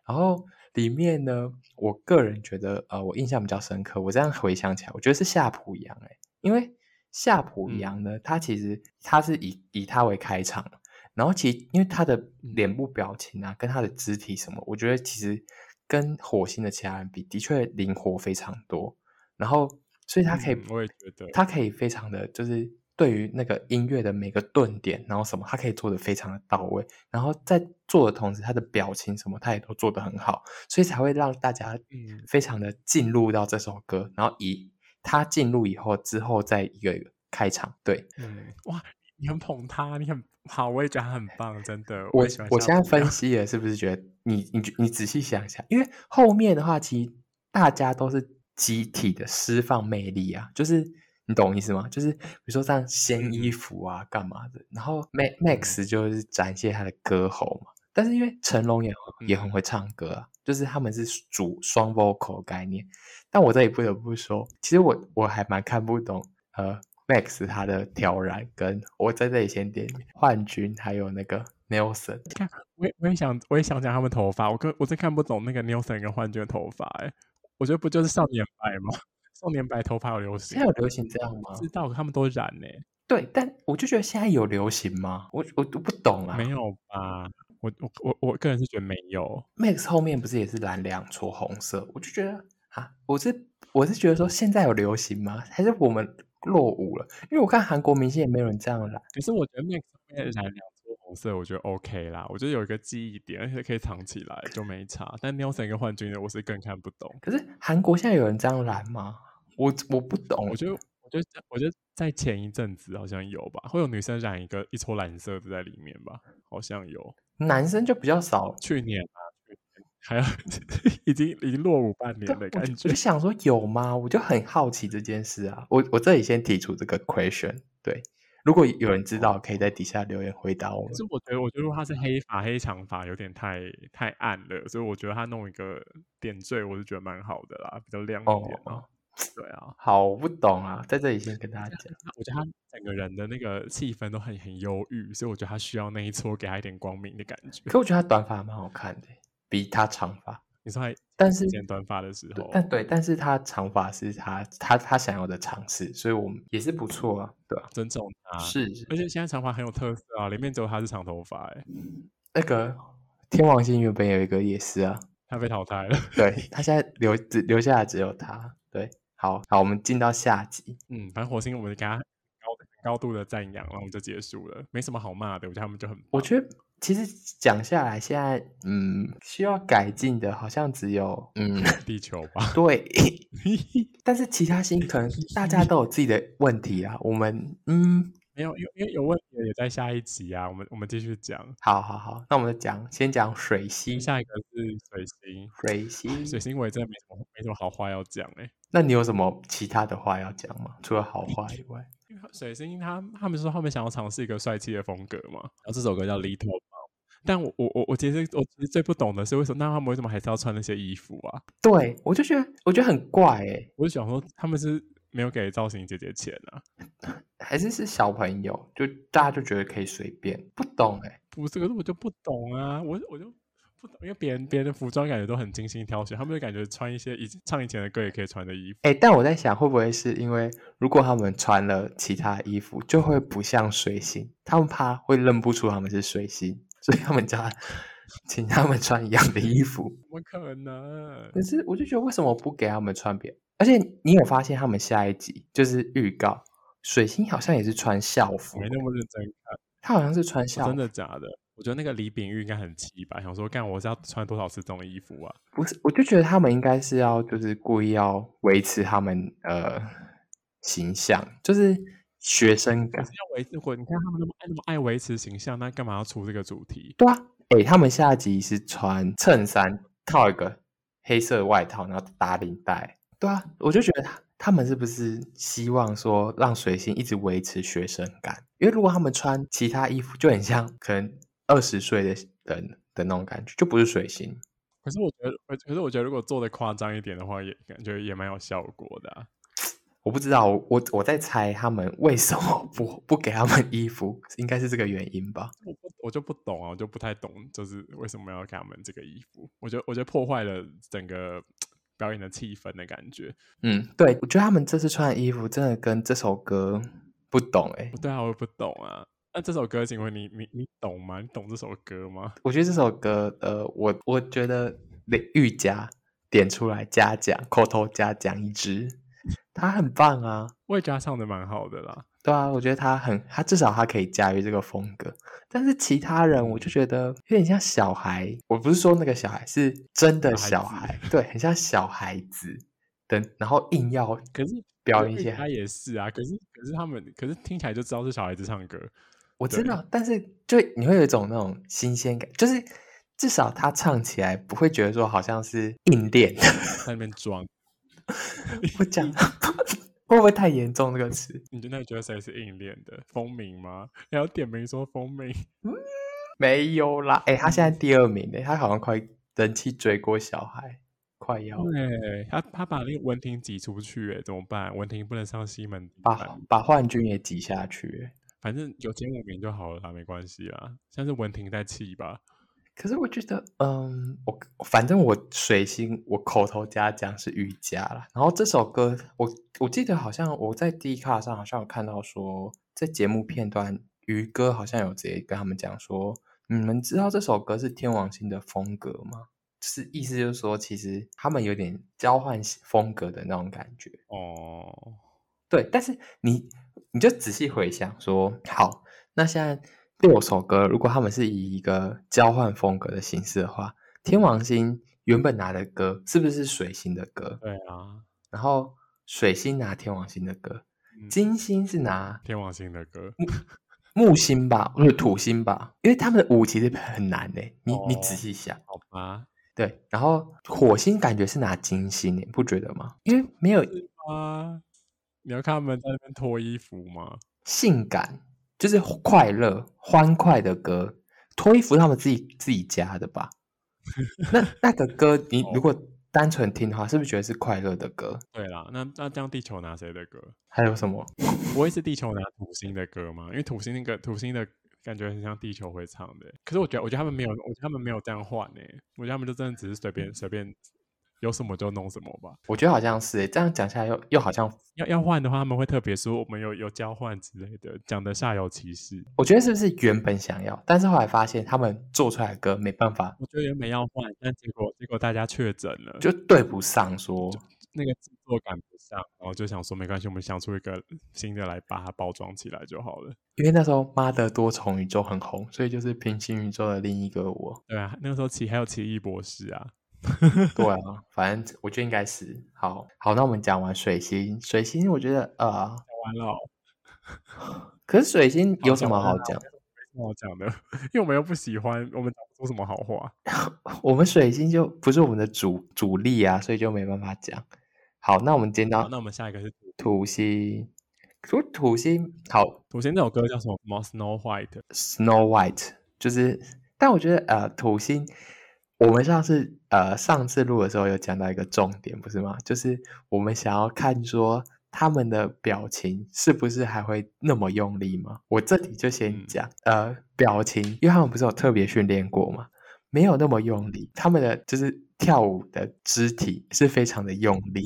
Speaker 2: 然后里面呢，我个人觉得，呃，我印象比较深刻。我这样回想起来，我觉得是夏普阳哎、因为夏普
Speaker 1: 嗯
Speaker 2: 阳呢，他其实他是以以他为开场嘛然后其实因为他的
Speaker 1: 嗯
Speaker 2: 脸部表情啊，跟他的肢体什么，我觉得其实跟火星的其他人比，的确灵活非常多。然后，所以他可以，
Speaker 1: 嗯我也觉得
Speaker 2: 他可以非常的就是对于那个音乐的每个顿点，然后什么，他可以做的非常的到位。然后在做的同时，他的表情什么，他也都做得很好，所以才会让大家
Speaker 1: 嗯
Speaker 2: 非常的进入到这首歌。然后以他进入以后之后，再一个一个开场，对。
Speaker 1: 嗯，哇，你很捧他，你很好，我也觉得他很棒，真的。
Speaker 2: 我
Speaker 1: 也喜欢
Speaker 2: 我
Speaker 1: 夏
Speaker 2: 现在
Speaker 1: 普阳
Speaker 2: 分析了，是不是觉得你你你仔细想一下，因为后面的话，其实大家都是集体的释放魅力啊，就是你懂意思吗？就是比如说像
Speaker 1: 嗯
Speaker 2: 掀
Speaker 1: 嗯
Speaker 2: 衣服啊，干嘛的，然后 Ma- Max 就是展现他的歌喉嘛，但是因为成龙也很也很
Speaker 1: 嗯
Speaker 2: 会唱歌啊，就是他们是主双 vocal 概念。但我这里不得不说，其实我我还蛮看不懂呃 Max 他的挑染，跟我在这里先点名幻君还有那个 Nelson，
Speaker 1: 我也我也想我也想讲他们头发，我跟我真看不懂那个 Nelson 跟幻觉头发、欸，我觉得不就是少年白吗？ [laughs] 少年白头发有流行
Speaker 2: 现在，有流行这样吗？
Speaker 1: 知道他们都染欸呢、
Speaker 2: 对，但我就觉得现在有流行吗？我我都不懂啊。
Speaker 1: 没有吧？我我我我个人是觉得没有，
Speaker 2: Max 后面不是也是染两撮红色，我就觉得啊，我是我是觉得说现在有流行吗？还是我们落伍了？因为我看韩国明星也没有人这样染。
Speaker 1: 可是我觉得 Max 后面染两撮红色，我觉得 OK 啦，我觉得有一个记忆点，而且可以藏起来就没差。但 Nelson 跟幻君的，我是更看不懂。
Speaker 2: 可是韩国现在有人这样染吗？我我不懂
Speaker 1: 我，觉得，我觉得，我觉得在前一阵子好像有吧，会有女生染一个一撮蓝色的在里面吧，好像有。
Speaker 2: 男生就比较少。
Speaker 1: 去年啊，去年还有 [laughs] 已经已经落伍半
Speaker 2: 对
Speaker 1: 年的
Speaker 2: 我
Speaker 1: 感
Speaker 2: 就我
Speaker 1: 觉
Speaker 2: 就。想说有吗？我就很好奇这件事啊。我我这里先提出这个 question，对，如果有人知道，可以在底下留言回答
Speaker 1: 哦
Speaker 2: 我
Speaker 1: 可
Speaker 2: 们。
Speaker 1: 是我觉得，我觉得如果他是黑发、黑长发，有点太太暗了，所以我觉得他弄一个点缀，我是觉得蛮好的啦，比较亮一点啊。
Speaker 2: 哦，
Speaker 1: 对啊，
Speaker 2: 好，我不懂啊，在这里先跟大家讲。
Speaker 1: 我觉得他整个人的那个气氛都很很忧郁，所以我觉得他需要那一撮给他一点光明的感觉。
Speaker 2: 可我觉得他短发蛮好看的，比他长发。
Speaker 1: 你说他
Speaker 2: 但是
Speaker 1: 剪短发的时
Speaker 2: 对
Speaker 1: 候，
Speaker 2: 但对，但是他长发是他他他想要的尝试，所以我们也是不错啊，对吧、
Speaker 1: 尊重他。
Speaker 2: 是是
Speaker 1: 而且现在长发很有特色啊，里面只有他是长头发、欸，
Speaker 2: 那个天王星原本有一个也是啊，
Speaker 1: 他被淘汰了。 [laughs]
Speaker 2: [laughs] 对他现在留只留下来只有他，对，好好，我们进到下集，
Speaker 1: 嗯，反正火星我们给他很高很高度的赞扬，然后我们就结束了，没什么好骂的。我觉得他们就很棒，
Speaker 2: 我觉得。其实讲下来，现在嗯，需要改进的，好像只有嗯，
Speaker 1: 得地球吧。 [laughs]
Speaker 2: 对， [laughs] 但是其他星可能大家都有自己的问题啊。我们嗯，
Speaker 1: 没有，因为因为有问题的也在下一集啊。我们我们继续讲，
Speaker 2: 好好好，那我们讲先讲水星，
Speaker 1: 下一个是水星。
Speaker 2: 水星，
Speaker 1: 水星我也真的没什么没什么好话要讲哎、
Speaker 2: 那你有什么其他的话要讲吗？除了好话以外，
Speaker 1: 因为水星他他们说他们想要尝试一个帅气的风格嘛，然后这首歌叫《Little》嘛。但我我我我其实我其实最不懂的是为什么，那他们为什么还是要穿那些衣服啊？
Speaker 2: 对我就觉得我觉得很怪哎、
Speaker 1: 我就想说他们是没有给造型姐姐钱啊，
Speaker 2: 还是是小朋友，就大家就觉得可以随便，不懂哎、
Speaker 1: 不是？可是我就不懂啊，我我就不懂，因为别人别人的服装感觉都很精心挑选，他们就感觉穿一些以前唱以前的歌也可以穿的衣服。
Speaker 2: 哎、但我在想会不会是因为如果他们穿了其他衣服，就会不像水星，他们怕会认不出他们是水星，所以他们叫他请他们穿一样的衣服。
Speaker 1: 怎么可能？
Speaker 2: 可是我就觉得为什么不给他们穿别？而且你有发现他们下一集就是预告，水星好像也是穿校服
Speaker 1: 没，那么认真看，
Speaker 2: 他好像是穿校
Speaker 1: 我
Speaker 2: 服
Speaker 1: 真。的假的？我觉得那个李炳玉应该很气吧，想说干我是要穿多少次这种衣服啊？
Speaker 2: 不是，我就觉得他们应该是要就是故意要维持他们呃形象，就是学生
Speaker 1: 可
Speaker 2: 感
Speaker 1: 是。要维持，我你看他们那么爱那么爱维持形象，那干嘛要出这个主题？
Speaker 2: 对啊，诶，他们下集是穿衬衫套一个黑色外套，然后打领带。对啊，我就觉得他他们是不是希望说让水星一直维持学生感？因为如果他们穿其他衣服，就很像可能二十岁的人的那种感觉，就不是水星。
Speaker 1: 可是我觉得，我可是我觉得如果做的夸张一点的话，也感觉也蛮有效果的啊、
Speaker 2: 我不知道，我我在猜他们为什么不不给他们衣服，应该是这个原因吧？
Speaker 1: 我不我就不懂啊，我就不太懂，就是为什么要给他们这个衣服？我觉得我觉得破坏了整个表演的气氛的感觉。
Speaker 2: 嗯，对，我觉得他们这次穿的衣服真的跟这首歌不懂哎、
Speaker 1: 不对啊，我也不懂啊。那这首歌，请问你你你懂吗？你懂这首歌吗？
Speaker 2: 我觉得这首歌，呃，我我觉得李玉佳点出来嘉奖，口头嘉奖一支，他很棒啊，
Speaker 1: 我也觉得他唱的蛮好的啦。
Speaker 2: 对啊，我觉得他很，他至少他可以驾驭这个风格，但是其他人我就觉得有点像小孩，我不是说那个小孩是真的
Speaker 1: 小
Speaker 2: 小
Speaker 1: 孩
Speaker 2: 孩，对，很像小孩子的，然后硬要
Speaker 1: 可是
Speaker 2: 表
Speaker 1: 可
Speaker 2: 演一
Speaker 1: 是
Speaker 2: 些
Speaker 1: 他也是啊，可是可是他们可是听起来就知道是小孩子唱歌。
Speaker 2: 我知
Speaker 1: 对
Speaker 2: 道，但是就你会有一种那种新鲜感，就是至少他唱起来不会觉得说好像是硬练。
Speaker 1: 在那边装，
Speaker 2: [laughs] 我讲会不会太严重这个词？
Speaker 1: 你真的觉得谁是硬练的？风鸣吗？你要点名说风鸣，
Speaker 2: [laughs] 没有啦，哎、他现在第二名呢，他好像快人气追过小孩，快要
Speaker 1: 对他，他把那个文婷挤出去，哎，怎么办？文婷不能上西门怎么办，
Speaker 2: 把把幻军也挤下去欸。
Speaker 1: 反正有前五名就好了啦，没关系啦。像是文婷在气吧，
Speaker 2: 可是我觉得，嗯，我反正我水星，我口头加讲是瑜伽啦。然后这首歌，我我记得好像我在 D 卡上好像有看到说，在节目片段，于哥好像有直接跟他们讲说，你们知道这首歌是天王星的风格吗？就是意思就是说，其实他们有点交换风格的那种感觉。
Speaker 1: 哦，
Speaker 2: 对，但是你你就仔细回想说，好，那现在六首歌，如果他们是以一个交换风格的形式的话，天王星原本拿的歌是不是水星的歌？
Speaker 1: 对啊，
Speaker 2: 然后水星拿天王星的歌，
Speaker 1: 嗯
Speaker 2: 金星是拿
Speaker 1: 天王星的歌，
Speaker 2: 木星吧，或者土星吧，因为他们的舞其实很难呢、你你
Speaker 1: 哦
Speaker 2: 仔细想，
Speaker 1: 好吧？
Speaker 2: 对，然后火星感觉是拿金星、欸，你不觉得吗？因为没有
Speaker 1: 啊，你要看他们在那边脱衣服吗？
Speaker 2: 性感，就是快乐、欢快的歌。脱衣服他们自己自己加的吧？那那个歌，你如果单纯听的话，是不是觉得是快乐的歌？
Speaker 1: 对啦，那那这样地球拿谁的歌？
Speaker 2: 还有什么？
Speaker 1: 不会是地球拿土星的歌吗？因为土星那个土星的感觉很像地球会唱的欸、可是我觉得，我觉得他们没有，我觉得他们没有这样换呢、我觉得他们就真的只是随便随便有什么就弄什么吧。
Speaker 2: 我觉得好像是、欸、这样讲下来又又好像，
Speaker 1: 要要换的话，他们会特别说我们有有交换之类的，讲的煞有其事。
Speaker 2: 我觉得是不是原本想要，但是后来发现他们做出来的歌没办法，
Speaker 1: 我觉得原本要换，但结果结果大家确诊了，
Speaker 2: 就对不上说。
Speaker 1: 那个制作赶不上，然后就想说没关系，我们想出一个新的来把它包装起来就好了。
Speaker 2: 因为那时候《妈的多重宇宙》很红，所以就是平行宇宙的另一
Speaker 1: [laughs]
Speaker 2: 个我。
Speaker 1: 对啊，那个时候奇还有奇异博士啊，
Speaker 2: 对啊，反正我觉得应该是好好。那我们讲完水星，水星我觉得呃，
Speaker 1: 完了哦，
Speaker 2: 可是水星有什
Speaker 1: 讲
Speaker 2: 么
Speaker 1: 完
Speaker 2: 好
Speaker 1: 了
Speaker 2: 讲？
Speaker 1: 不好讲的，因为我们又不喜欢，我们讲不出什么好话。
Speaker 2: 我们水星就不是我们的主主力啊，所以就没办法讲。好，那我们今天
Speaker 1: 好，
Speaker 2: 到
Speaker 1: 那我们下一个是土
Speaker 2: 土星，说土星好
Speaker 1: 土星那首歌叫什么什么？Snow White，
Speaker 2: ，Snow White 就是，但我觉得呃，土星我们上次呃上次录的时候有讲到一个重点，不是吗？就是我们想要看说他们的表情是不是还会那么用力吗？我这里就
Speaker 1: 嗯
Speaker 2: 先讲、呃表情，因为他们不是有特别训练过吗？没有那么用力，他们的就是跳舞的肢体是非常的用力。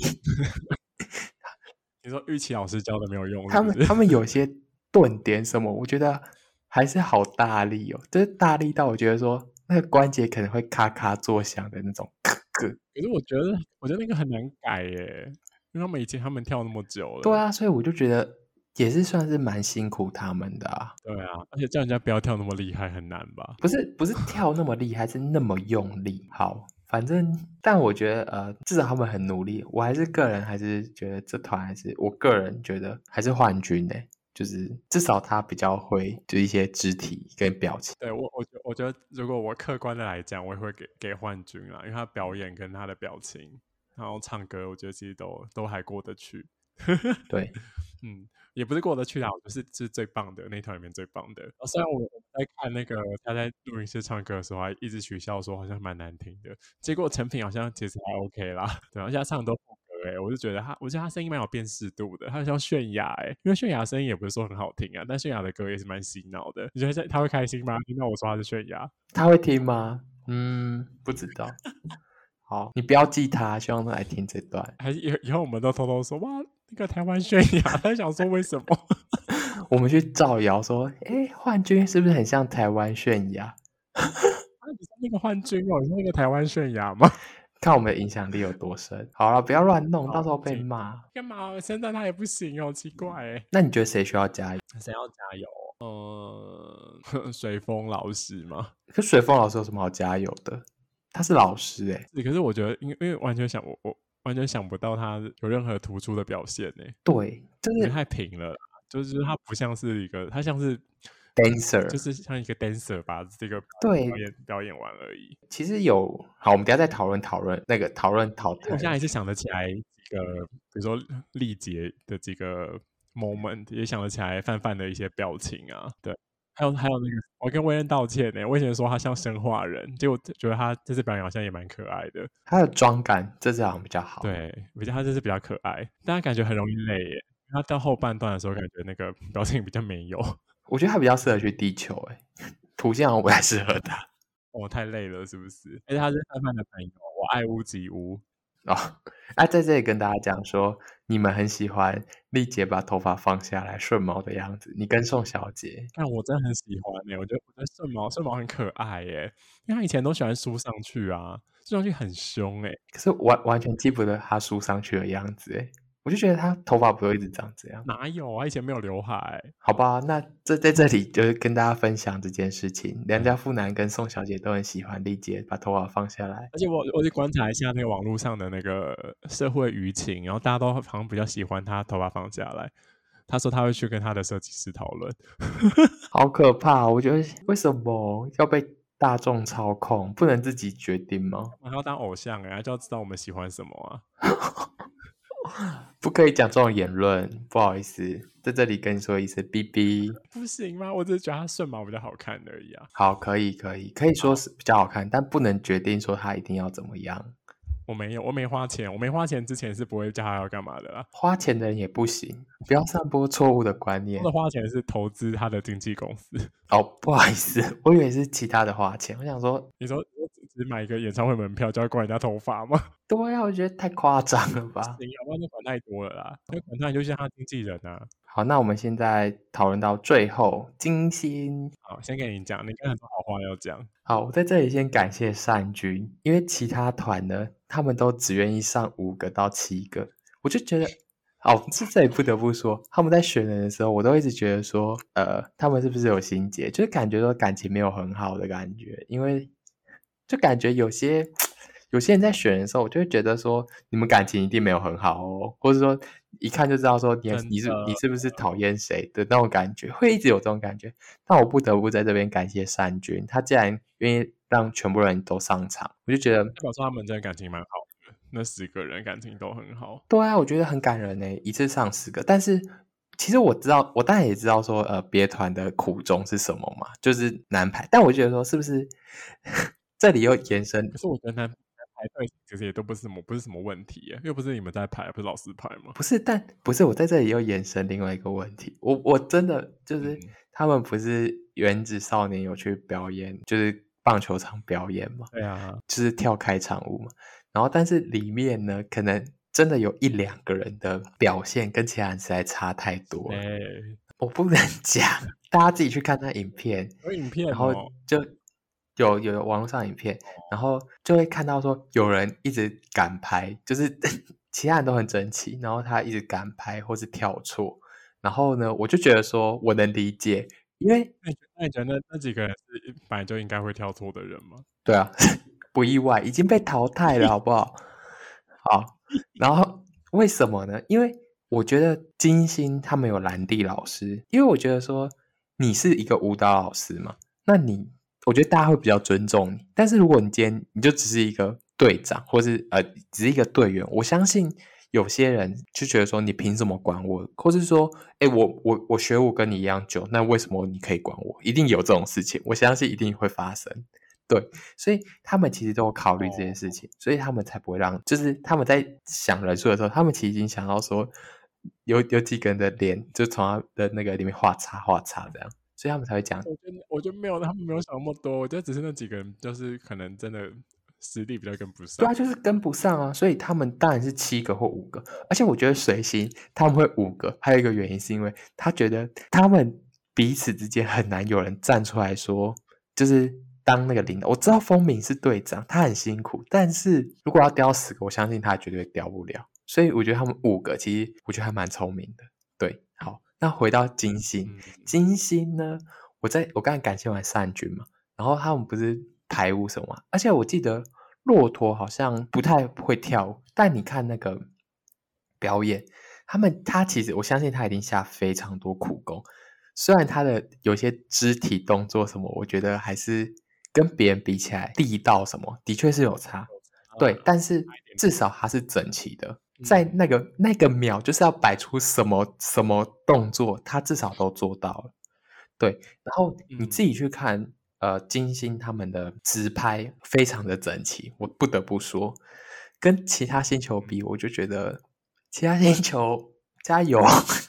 Speaker 1: 你说玉琪老师教的没有用，
Speaker 2: 他
Speaker 1: 是不
Speaker 2: 们
Speaker 1: 是
Speaker 2: 他们有些顿点什么，我觉得还是好大力哦，就是大力到我觉得说那个关节可能会咔咔作响的那种。咳咳
Speaker 1: 可是我觉得，我觉得那个很难改耶，因为他们以前他们跳那么久了，
Speaker 2: 对啊，所以我就觉得也是算是蛮辛苦他们的啊，
Speaker 1: 对啊，而且叫人家不要跳那么厉害很难吧？
Speaker 2: 不是不是跳那么厉害，是那么用力。好，反正但我觉得呃，至少他们很努力。我还是个人还是觉得这团还是我个人觉得还是幻军呢、就是至少他比较会就一些肢体跟表情。
Speaker 1: 对我，我觉我觉得如果我客观的来讲，我也会给给幻君啦，因为他表演跟他的表情，然后唱歌，我觉得其实都都还过得去。
Speaker 2: 对，
Speaker 1: 嗯，也不是过得去啦，我就是是最棒的那一团里面最棒的。虽然我我在看那个他在录音室唱歌的时候，还一直取笑说好像蛮难听的，结果成品好像其实还 OK 啦。 [laughs] 对啊，而且他唱的都副歌哎，我就觉得他，我觉得他声音蛮有辨识度的，他很像泫雅哎、因为泫雅声音也不是说很好听啊，但泫雅的歌也是蛮洗脑的。你觉得他会开心吗？听到我说他是泫雅，
Speaker 2: 他会听吗？嗯，不知道。好，你不要记他，希望他来听这段。
Speaker 1: 还是以以后我们都偷偷说哇那个台湾泫雅，他想说为什么？ [laughs] 啊
Speaker 2: 我们去造谣说，哎，幻君是不是很像台湾泫雅？
Speaker 1: 啊你说那个幻君哦，你说那个台湾泫雅吗？ [laughs]
Speaker 2: 看我们的影响力有多深。好了，不要乱弄，
Speaker 1: 好
Speaker 2: 到时候被
Speaker 1: 请
Speaker 2: 骂。
Speaker 1: 干嘛？哦现在他也不行哦，奇怪哎。
Speaker 2: 那你觉得谁需要加油？
Speaker 1: 谁要加油？呃， [laughs] 随风老师嘛。
Speaker 2: 可水风老师有什么好加油的？他是老师哎、
Speaker 1: 是可是我觉得因，因为完全想我我完全想不到他有任何突出的表现欸呢、
Speaker 2: 对，就
Speaker 1: 因为
Speaker 2: 是
Speaker 1: 太平了啦就是他不像是一个，他像是
Speaker 2: dancer，
Speaker 1: 就是像一个 dancer 吧，这个
Speaker 2: 对
Speaker 1: 表演表演完而已。
Speaker 2: 其实有好，我们等一下再讨论讨论那个讨论讨
Speaker 1: 我现在
Speaker 2: 论。
Speaker 1: 还是想得起来几个，比如说历劫的几个 moment，也想得起来范范的一些表情啊，对，还有还有那个，我跟威恩道歉呢。我以前说他像生化人，结果觉得他这次表演好像也蛮可爱的。
Speaker 2: 它的妆感这次好像比较好。，
Speaker 1: 对，比较他这次比较可爱，但他感觉很容易累耶。他到后半段的时候，感觉那个表情比较没有。 [laughs]
Speaker 2: 我觉得它比较适合去地球、欸， [laughs] 哎，土象好像不太适合它。
Speaker 1: 我、哦太累了，是不是？而且他是范范的朋友，我爱屋及乌。
Speaker 2: 哦，那、在这里跟大家讲说，你们很喜欢丽姐把头发放下来顺毛的样子，你跟宋小姐，
Speaker 1: 但我真的很喜欢哎、我觉得我觉得顺毛顺毛很可爱耶、因为他以前都喜欢梳上去啊，梳上去很凶哎、
Speaker 2: 可是完完全记不得她梳上去的样子，哎，我就觉得她头发不会一直长这样。
Speaker 1: 哪有啊？以前没有刘海、
Speaker 2: 好吧，那这在这里就是跟大家分享这件事情，良家妇男跟宋小姐都很喜欢丽姐把头发放下来，
Speaker 1: 而且我我去观察一下那个网络上的那个社会舆情，然后大家都好像比较喜欢他头发放下来。他说他会去跟他的设计师讨论，
Speaker 2: 好可怕哦！我觉得为什么要被大众操控，不能自己决定吗？
Speaker 1: 我还要当偶像哎、他就要知道我们喜欢什么啊。
Speaker 2: 不可以讲这种言论，不好意思，在这里跟你说一声哔哔。
Speaker 1: 不行吗？我只是觉得他顺毛比较好看而已啊。
Speaker 2: 好，可以，可以，可以说是比较好看，但不能决定说他一定要怎么样。
Speaker 1: 我没有，我没花钱，我没花钱之前是不会叫他要干嘛的啦。
Speaker 2: 花钱的人也不行，不要散播错误的观念
Speaker 1: 他。的花钱是投资他的经纪公司。
Speaker 2: 哦，不好意思，我以为是其他的花钱，我想说，
Speaker 1: 你说我只只买一个演唱会门票就要管人家头发吗？
Speaker 2: 对啊，我觉得太夸张了
Speaker 1: [laughs]
Speaker 2: 吧。
Speaker 1: 你要不然就管太多了啦。那管他你就像他经纪人啊。
Speaker 2: 好，那我们现在讨论到最后，金星
Speaker 1: 好，先给你讲，你刚才很多好话要讲。
Speaker 2: 好，我在这里先感谢善君，因为其他团呢，他们都只愿意上五个到七个，我就觉得，哦，这这里不得不说，他们在选人的时候，我都一直觉得说，呃，他们是不是有心结？就是感觉说感情没有很好的感觉，因为就感觉有些有些人在选人的时候，我就会觉得说，你们感情一定没有很好哦，或者说一看就知道说你
Speaker 1: 真
Speaker 2: 你是
Speaker 1: 的
Speaker 2: 你是不是讨厌谁的那种感觉，会一直有这种感觉。但我不得不在这边感谢善君，他竟然愿意让全部人都上场，我就觉得，
Speaker 1: 代表说他们真的感情蛮好的，那十个人感情都很好。
Speaker 2: 对啊，我觉得很感人呢、一次上十个。但是其实我知道，我当然也知道说，呃，别团的苦衷是什么嘛，就是难排。但我觉得说，是不是 [laughs] 这里又延伸
Speaker 1: 可是我觉得男男排队其实也都不是什么不是什么问题耶，又不是你们在排，不是老师排吗？
Speaker 2: 不是，但不是我在这里又延伸另外一个问题，我我真的就是、
Speaker 1: 嗯
Speaker 2: 他们不是原子少年有去表演，就是棒球场表演嘛，
Speaker 1: 对 [laughs] 啊，
Speaker 2: 就是跳开场舞嘛，然后但是里面呢，可能真的有一两个人的表现跟其他人实在差太多
Speaker 1: 哎、
Speaker 2: 了，我不能讲， [laughs] 大家自己去看那影片，
Speaker 1: 有影片
Speaker 2: 然
Speaker 1: 哦
Speaker 2: 后，就有有网络上影片，然后就会看到说有人一直赶拍，就是 [laughs] 其他人都很整齐，然后他一直赶拍或是跳错，然后呢，我就觉得说我能理解，因为
Speaker 1: 那你觉那你觉得那那几个人是本来就应该会跳错的人吗？
Speaker 2: 对啊， [laughs] 不意外，已经被淘汰了，好不好？好，然后为什么呢？因为我觉得金星他们有兰蒂老师，因为我觉得说你是一个舞蹈老师嘛，那你我觉得大家会比较尊重你。但是如果你今天你就只是一个队长，或是呃只是一个队员，我相信有些人就觉得说你凭什么管我，或是说哎我我我学舞跟你一样久，那为什么你可以管我？一定有这种事情，我相信一定会发生。对，所以他们其实都有考虑这件事情，所以他们才不会让，就是他们在想人数的时候，他们其实已经想到说有有几个人的脸就从他的那个里面画叉画叉这样，所以他们才会讲
Speaker 1: 我觉得我觉得没有，他们没有想那么多，我觉得只是那几个人就是可能真的实力比较跟不
Speaker 2: 对
Speaker 1: 上
Speaker 2: 啊，。就是跟不上啊，所以他们当然是七个或五个，而且我觉得随行他们会五个，还有一个原因是因为他觉得他们彼此之间很难有人站出来说，就是当那个领导。我知道风鸣是队长，他很辛苦，但是如果要雕十个，我相信他绝对雕不了。所以我觉得他们五个其实我觉得还蛮聪明的。对，好，那回到金星，
Speaker 1: 嗯，
Speaker 2: 金星呢，我在我刚才感谢完善君嘛，然后他们不是排舞什么啊，而且我记得骆驼好像不太会跳舞，但你看那个表演，他们他其实我相信他一定下非常多苦功，虽然他的有些肢体动作什么，我觉得还是跟别人比起来力道什么，的确是有差，对，但是至少它是整齐的，在
Speaker 1: 嗯
Speaker 2: 那个那个秒，就是要摆出什么什么动作，他至少都做到了。对，然后你
Speaker 1: 嗯
Speaker 2: 自己去看，呃，金星他们的直拍非常的整齐，我不得不说，跟其他星球
Speaker 1: 嗯
Speaker 2: 比，我就觉得其他星球加油， [laughs]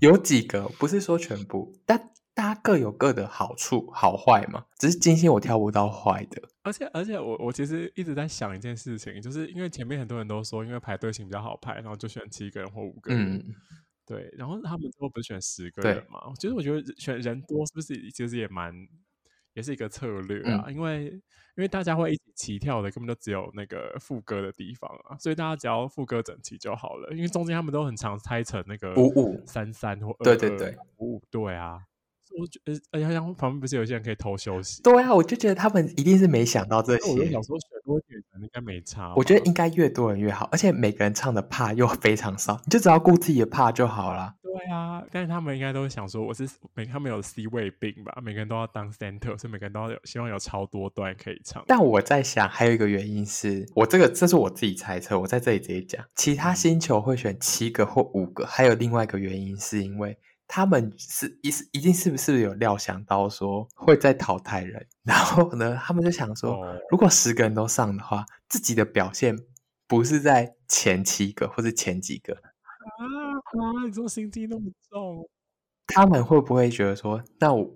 Speaker 2: 有几个不是说全部，但大家各有各的好处好坏嘛，只是金星我挑不到坏的，
Speaker 1: 而且而且我我其实一直在想一件事情，就是因为前面很多人都说，因为排队型比较好排，然后就选七个人或五个人。
Speaker 2: 嗯，
Speaker 1: 对，然后他们最后不是选十个
Speaker 2: 对
Speaker 1: 人嘛？其实我觉得人选人多是不是其实也蛮，也是一个策略啊，
Speaker 2: 嗯
Speaker 1: 因为因为大家会一起齐跳的，根本就只有那个副歌的地方啊，所以大家只要副歌整齐就好了。因为中间他们都很常拆成那个
Speaker 2: 五五
Speaker 1: 三三或二
Speaker 2: 对对对
Speaker 1: 五五对啊，我觉得而且然后旁边不是有些人可以偷休息，
Speaker 2: 对啊，我就觉得他们一定是没想到这
Speaker 1: 那我就
Speaker 2: 些
Speaker 1: 想。说选多一点人应该没差吧，
Speaker 2: 我觉得应该越多人越好，而且每个人唱的怕又非常少，你就只要顾自己的怕就好啦。
Speaker 1: 对啊，但是他们应该都想说，我是每他们有 C 位病吧，每个人都要当 center，所以每个人都要有希望有超多段可以唱。
Speaker 2: 但我在想，还有一个原因是我这个这是我自己猜测，我在这里直接讲，其
Speaker 1: 嗯
Speaker 2: 他星球会选七个或五个，还有另外一个原因是因为他们是一是一定是不是有料想到说会再淘汰人，然后呢，他们就想说，
Speaker 1: 哦
Speaker 2: 如果十个人都上的话，自己的表现不是在前七个或是前几个，
Speaker 1: 啊啊！你说心机那么重，
Speaker 2: 他们会不会觉得说，那我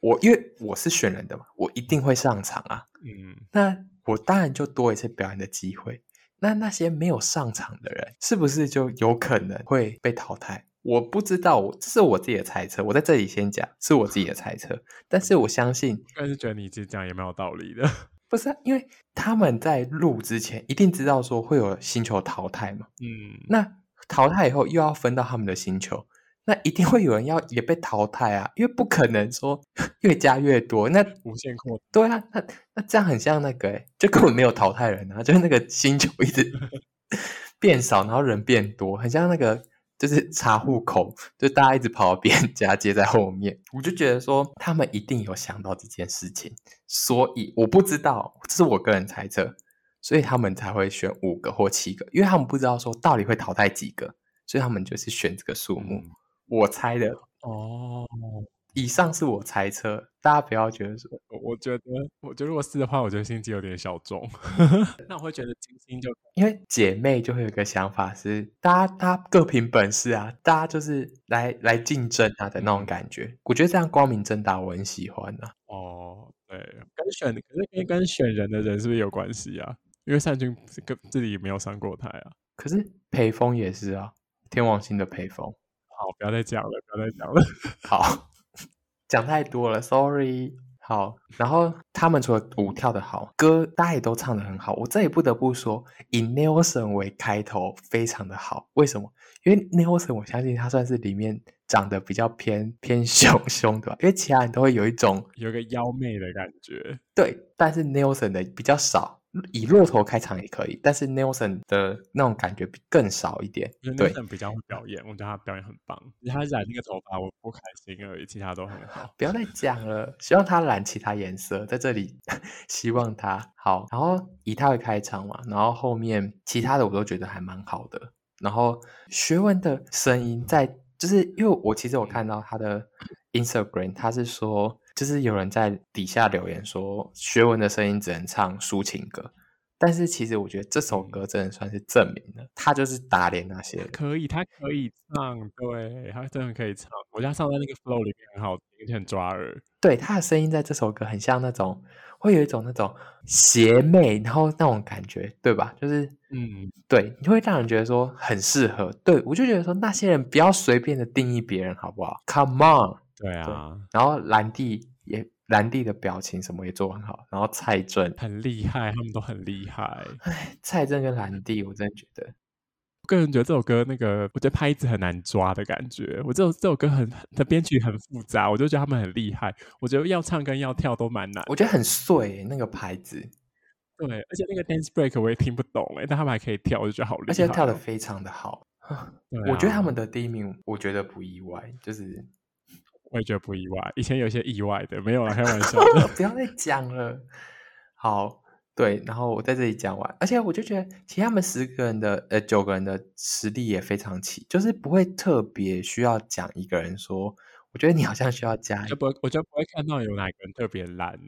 Speaker 2: 我因为我是选人的嘛，我一定会上场啊，
Speaker 1: 嗯，
Speaker 2: 那我当然就多一次表演的机会。那那些没有上场的人，是不是就有可能会被淘汰？我不知道，我这是我自己的猜测。我在这里先讲，是我自己的猜测。但是我相信，
Speaker 1: 但是觉得你这讲也蛮有道理的。
Speaker 2: 不是啊、因为他们在录之前一定知道说会有星球淘汰嘛。
Speaker 1: 嗯，
Speaker 2: 那淘汰以后又要分到他们的星球，那一定会有人要也被淘汰啊，因为不可能说 [laughs] 越加越多。那
Speaker 1: 无限扩
Speaker 2: 对啊，那那这样很像那个、欸，就根本没有淘汰人啊，就是那个星球一 [laughs] 直变少，然后人变多，很像那个就是查户口，就大家一直跑到别人家接在后面。我就觉得说他们一定有想到这件事情，所以我不知道，这是我个人猜测，所以他们才会选五个或七个，因为他们不知道说到底会淘汰几个，所以他们就是选这个数目。
Speaker 1: 嗯
Speaker 2: 我猜的，
Speaker 1: 哦。
Speaker 2: 以上是我猜测，大家不要觉得说
Speaker 1: 我我觉得，我觉得如果是的话，我觉得心机有点小重。 [laughs] 那我会觉得金星 [laughs] 就
Speaker 2: 因为姐妹就会有一个想法是，大家大家各凭本事啊，大家就是来来竞争啊的那种感觉。我觉得这样光明正大，我很喜欢啊。
Speaker 1: 哦，对，跟选可是跟跟选人的人是不是有关系啊？因为善君这个自己也没有上过台啊。
Speaker 2: 可是裴峰也是啊，天王星的裴峰。
Speaker 1: 好，不要再讲了，不要再讲了。 [laughs]
Speaker 2: 好，讲太多了，sorry。好，然后他们除了舞跳的好，歌大家也都唱的很好。我这也不得不说，以 Nelson 为开头非常的好。为什么？因为 Nelson 我相信他算是里面长得比较偏偏凶凶的吧，因为其他人都会有一种
Speaker 1: 有一个妖媚的感觉。
Speaker 2: 对，但是 Nelson 的比较少，以骆驼开场也可以，但是 Nelson 的那种感觉比更少一点
Speaker 1: 因为。
Speaker 2: 对，
Speaker 1: Nelson 比较会表演，我觉得他表演很棒。他染那个头发，我不开心而已，其他都很好。 [laughs]
Speaker 2: 不要再讲了，希望他染其他颜色，在这里 [laughs] 希望他好。然后以他为开场嘛，然后后面其他的我都觉得还蛮好的。然后学文的声音在，就是因为我其实我看到他的 Instagram，他是说，就是有人在底下留言说，学文的声音只能唱抒情歌。但是其实我觉得这首歌真的算是证明了，他就是打脸那些人。
Speaker 1: 可以，他可以唱，对他真的可以唱。我觉得他唱在那个 flow 里面很好听，而且很抓耳。
Speaker 2: 对，他的声音在这首歌很像那种，会有一种那种邪魅，然后那种感觉，对吧？就是
Speaker 1: 嗯，
Speaker 2: 对，你会让人觉得说很适合。对我就觉得说那些人不要随便的定义别人，好不好？Come on！
Speaker 1: 对啊，
Speaker 2: 然后兰蒂也兰蒂的表情什么也做得很好，然后蔡正，
Speaker 1: 很厉害，他们都很厉害。
Speaker 2: 哎，蔡正跟兰蒂，我真的觉得
Speaker 1: 我个人觉得这首歌那个，我觉得拍子很难抓的感觉。我这首这首歌很的编曲很复杂，我就觉得他们很厉害。我觉得要唱跟要跳都蛮难。
Speaker 2: 我觉得很碎、欸那个牌子，
Speaker 1: 对，而且那个 dance break 我也听不懂哎、但他们还可以跳，我就觉得好厉害哦。
Speaker 2: 而且跳的非常的好。
Speaker 1: 对啊、
Speaker 2: 我觉得他们的第一名，我觉得不意外，就是
Speaker 1: 我也觉得不意外。以前有一些意外的，没有啦，开玩笑
Speaker 2: [laughs]
Speaker 1: 的。
Speaker 2: 不要再讲了。好，对，然后我在这里讲完，而且我就觉得，其实他们十个人的呃九个人的实力也非常齐，就是不会特别需要讲一个人说我觉得你好像需要加
Speaker 1: 我
Speaker 2: 一
Speaker 1: 就不会，我就不会看到有哪个人特别烂，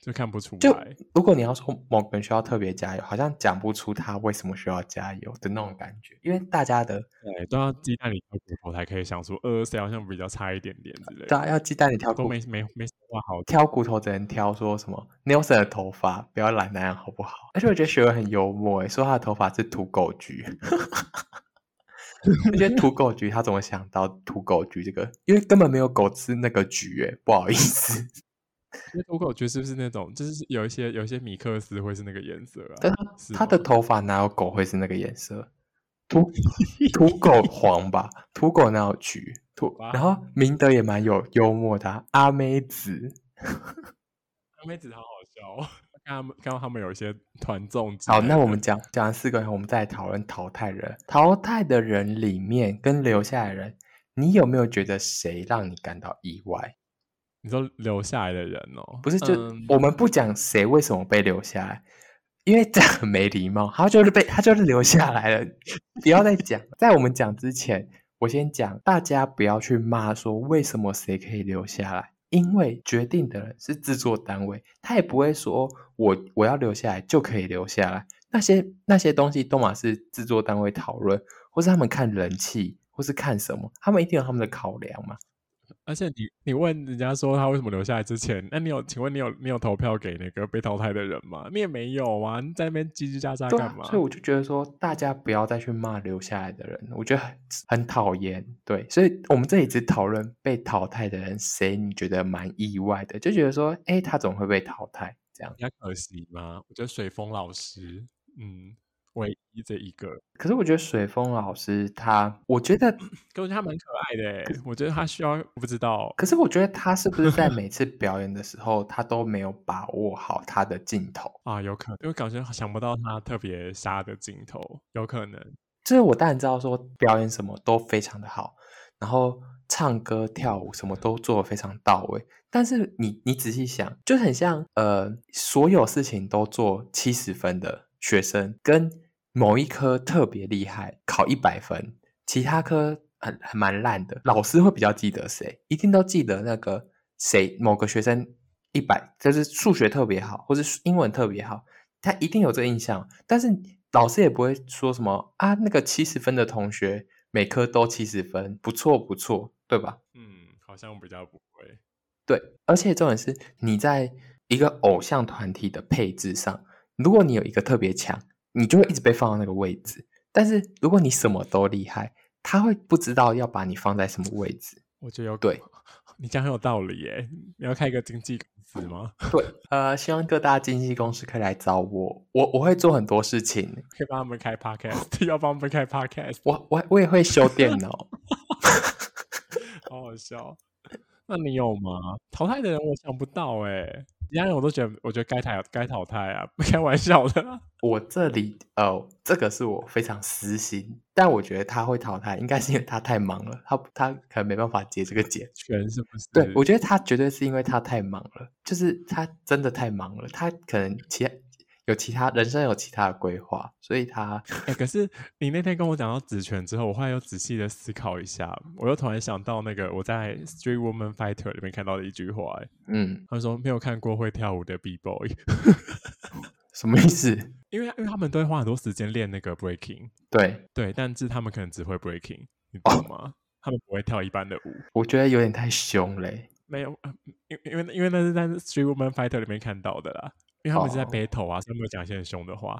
Speaker 1: 就看不出
Speaker 2: 就
Speaker 1: 来。
Speaker 2: 如果你要说某个人需要特别加油，好像讲不出他为什么需要加油的那种感觉，因为大家的
Speaker 1: 对，都要鸡蛋里挑骨头才可以想出，呃，谁好像比较差一点点之类
Speaker 2: 大家
Speaker 1: 的，
Speaker 2: 要鸡蛋里挑
Speaker 1: 都
Speaker 2: 骨
Speaker 1: 没没没什么话好讲。
Speaker 2: 挑骨头，只能挑说什么 Nelson 的头发不要染那样好不好？而且我觉得雪儿很幽默、欸，说他的头发是土狗菊， [laughs] 我觉得土狗菊他怎么想到土狗菊这个？因为根本没有狗吃那个菊、欸，不好意思，
Speaker 1: 因为土狗觉是不是那种，就是有一些有一些米克斯会是那个颜色啊？
Speaker 2: 但
Speaker 1: 是
Speaker 2: 他的
Speaker 1: 吗
Speaker 2: 头发哪有狗会是那个颜色？土土狗黄吧，土狗哪有橘？土
Speaker 1: 吧
Speaker 2: 然后明德也蛮有幽默的啊、阿妹子
Speaker 1: 阿妹子好好笑、哦，看他们看到他们有一些团综之类
Speaker 2: 好，
Speaker 1: 的。
Speaker 2: 那我们讲讲完四个人，我们再来讨论淘汰人。淘汰的人里面跟留下来的人，你有没有觉得谁让你感到意外？
Speaker 1: 你说留下来的人哦，
Speaker 2: 不是就，
Speaker 1: 嗯
Speaker 2: 我们不讲谁为什么被留下来，因为这样很没礼貌。他就是被他就是留下来了，不要再讲。在我们讲之前，我先讲，大家不要去骂说为什么谁可以留下来，因为决定的人是制作单位，他也不会说我我要留下来就可以留下来。那些那些东西，都嘛是制作单位讨论，或是他们看人气，或是看什么，他们一定有他们的考量嘛。
Speaker 1: 而且你你问人家说他为什么留下来之前，那你有请问你有你有投票给那个被淘汰的人吗？你也没有啊，你在那边叽叽喳喳
Speaker 2: 对
Speaker 1: 干
Speaker 2: 啊
Speaker 1: 嘛？，
Speaker 2: 所以我就觉得说，大家不要再去骂留下来的人，我觉得很很讨厌。对，所以我们这里只讨论被淘汰的人，谁你觉得蛮意外的，就觉得说，哎，他怎么会被淘汰？这样。
Speaker 1: 比较可惜吗？我觉得水风老师，嗯，唯一这一个，
Speaker 2: 可是我觉得水风老师他，我觉得，
Speaker 1: 可是他蛮可爱的欸，我觉得他需要我不知道，
Speaker 2: 可是我觉得他是不是在每次表演的时候，他都没有把握好他的镜头？
Speaker 1: 啊，有可能，因为感觉想不到他特别杀的镜头，有可能。
Speaker 2: 就是我当然知道说表演什么都非常的好，然后唱歌跳舞什么都做得非常到位。但是你你仔细想，就很像呃，所有事情都做七十分的学生，跟某一科特别厉害考一百分，其他科很很蛮烂的，老师会比较记得谁？一定都记得那个谁某个学生一百，就是数学特别好，或是英文特别好，他一定有这个印象。但是老师也不会说什么啊，那个七十分的同学每科都七十分，不错不错，对吧？
Speaker 1: 嗯，好像比较不会。
Speaker 2: 对，而且重点是你在一个偶像团体的配置上，如果你有一个特别强，你就会一直被放到那个位置。但是如果你什么都厉害，他会不知道要把你放在什么位置。
Speaker 1: 我觉得有
Speaker 2: 对，
Speaker 1: [laughs] 你讲很有道理耶。你要开一个经纪公司吗？ [laughs]
Speaker 2: 对，呃，希望各大经纪公司可以来找我，我我会做很多事情，
Speaker 1: 可以帮他们开 podcast，要帮他们开 podcast，
Speaker 2: 我我我也会修电脑。
Speaker 1: 好好笑。哦那你有吗？淘汰的人我想不到哎，其他人我都觉得，我觉得该淘该淘汰啊， [laughs] 不开玩笑的啊。
Speaker 2: 我这里呃，这个是我非常私心，但我觉得他会淘汰，应该是因为他太忙了，他他可能没办法接这个
Speaker 1: [laughs]
Speaker 2: 节
Speaker 1: 全是不是？
Speaker 2: 对，我觉得他绝对是因为他太忙了，就是他真的太忙了，他可能其他有其他人生有其他的规划，所以他
Speaker 1: 哎、可是你那天跟我讲到职权之后，我后来又仔细的思考一下，我又突然想到那个我在《Street Woman Fighter》里面看到的一句话、欸，
Speaker 2: 嗯，
Speaker 1: 他说没有看过会跳舞的 B boy， [laughs]
Speaker 2: 什么意思？
Speaker 1: 因为因为他们都会花很多时间练那个 breaking，
Speaker 2: 对
Speaker 1: 对，但是他们可能只会 breaking，你
Speaker 2: 哦
Speaker 1: 懂吗？他们不会跳一般的舞，
Speaker 2: 我觉得有点太凶欸嘞、
Speaker 1: 没有，呃因因为因为那是在《Street Woman Fighter》里面看到的啦，因为他们是在
Speaker 2: 哦
Speaker 1: battle 啊，所以他们有讲一些很凶的话。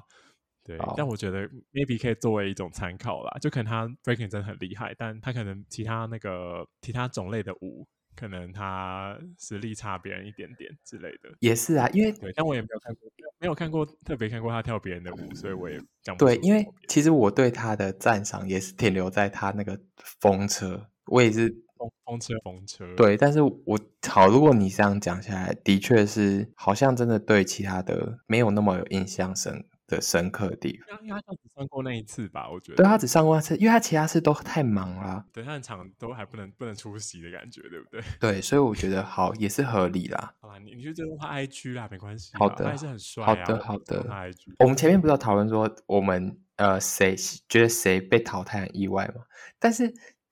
Speaker 1: 对，
Speaker 2: 哦
Speaker 1: 但我觉得 maybe 可以作为一种参考啦，就可能他 breaking 真的很厉害，但他可能其他那个其他种类的舞，可能他实力差别人一点点之类的。
Speaker 2: 也是啊，因为
Speaker 1: 对，但我也没有看过，没有看过特别看过他跳别人的舞，所以我也讲不
Speaker 2: 对，
Speaker 1: 出
Speaker 2: 因为
Speaker 1: 什么别的
Speaker 2: 其实我对他的赞赏也是停留在他那个风车，我也是
Speaker 1: 风风车风车，
Speaker 2: 对，但是我好，如果你这样讲下来，的确是好像真的对其他的没有那么有印象深的深刻的地方。
Speaker 1: 因为，因为他只上过那一次吧，我觉得
Speaker 2: 对他只上过一次，因为他其他次都太忙了啊。
Speaker 1: 对他很场都还不能不能出席的感觉，对不对？
Speaker 2: 对，所以我觉得好也是合理啦。
Speaker 1: 好啦，你你就用他 IG 啦，没关系啦。
Speaker 2: 好
Speaker 1: 他
Speaker 2: 的
Speaker 1: 还是很帅、啊。
Speaker 2: 好的
Speaker 1: 我
Speaker 2: 好
Speaker 1: 追踪
Speaker 2: 的
Speaker 1: 他 IG，
Speaker 2: 我们前面不是有讨论说我们呃谁觉得谁被淘汰很意外吗？但是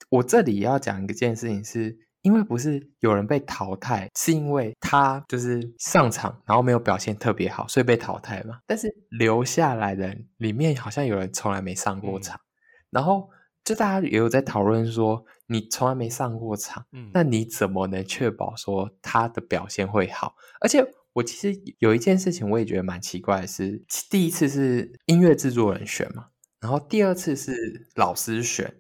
Speaker 2: 我这里要讲一件事情是，因为不是有人被淘汰，是因为他就是上场然后没有表现特别好，所以被淘汰嘛。但是留下来的人里面好像有人从来没上过
Speaker 1: 嗯
Speaker 2: 场，然后就大家也有在讨论说，你从来没上过场，
Speaker 1: 嗯，
Speaker 2: 那你怎么能确保说他的表现会好？而且我其实有一件事情，我也觉得蛮奇怪的是，其第一次是音乐制作人选嘛，然后第二次是老师选，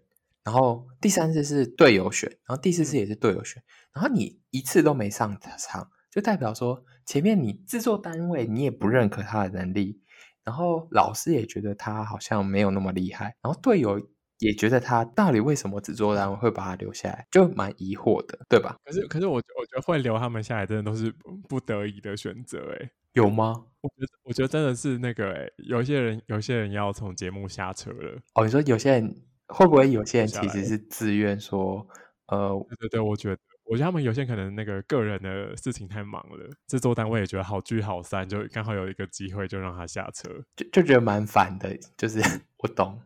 Speaker 2: 然后第三次是队友选，然后第四次也是队友选，然后你一次都没上场，就代表说前面你制作单位你也不认可他的能力，然后老师也觉得他好像没有那么厉害，然后队友也觉得他到底为什么制作单位会把他留下来，就蛮疑惑的，对吧？
Speaker 1: 可是可是我觉我觉得会留他们下来，真的都是不不得已的选择哎、
Speaker 2: 有吗？
Speaker 1: 我觉得，我觉得真的是那个、欸，有一些人，有些人要从节目下车了。
Speaker 2: 哦，你说有些人会不会有些人
Speaker 1: 下
Speaker 2: 其
Speaker 1: 来
Speaker 2: 实是自愿说，呃，
Speaker 1: 对对对，我觉得，我觉得他们有些可能那个个人的事情太忙了，制作单位也觉得好聚好散，就刚好有一个机会就让他下车。
Speaker 2: 就就觉得蛮烦的，就是 [laughs] 我懂，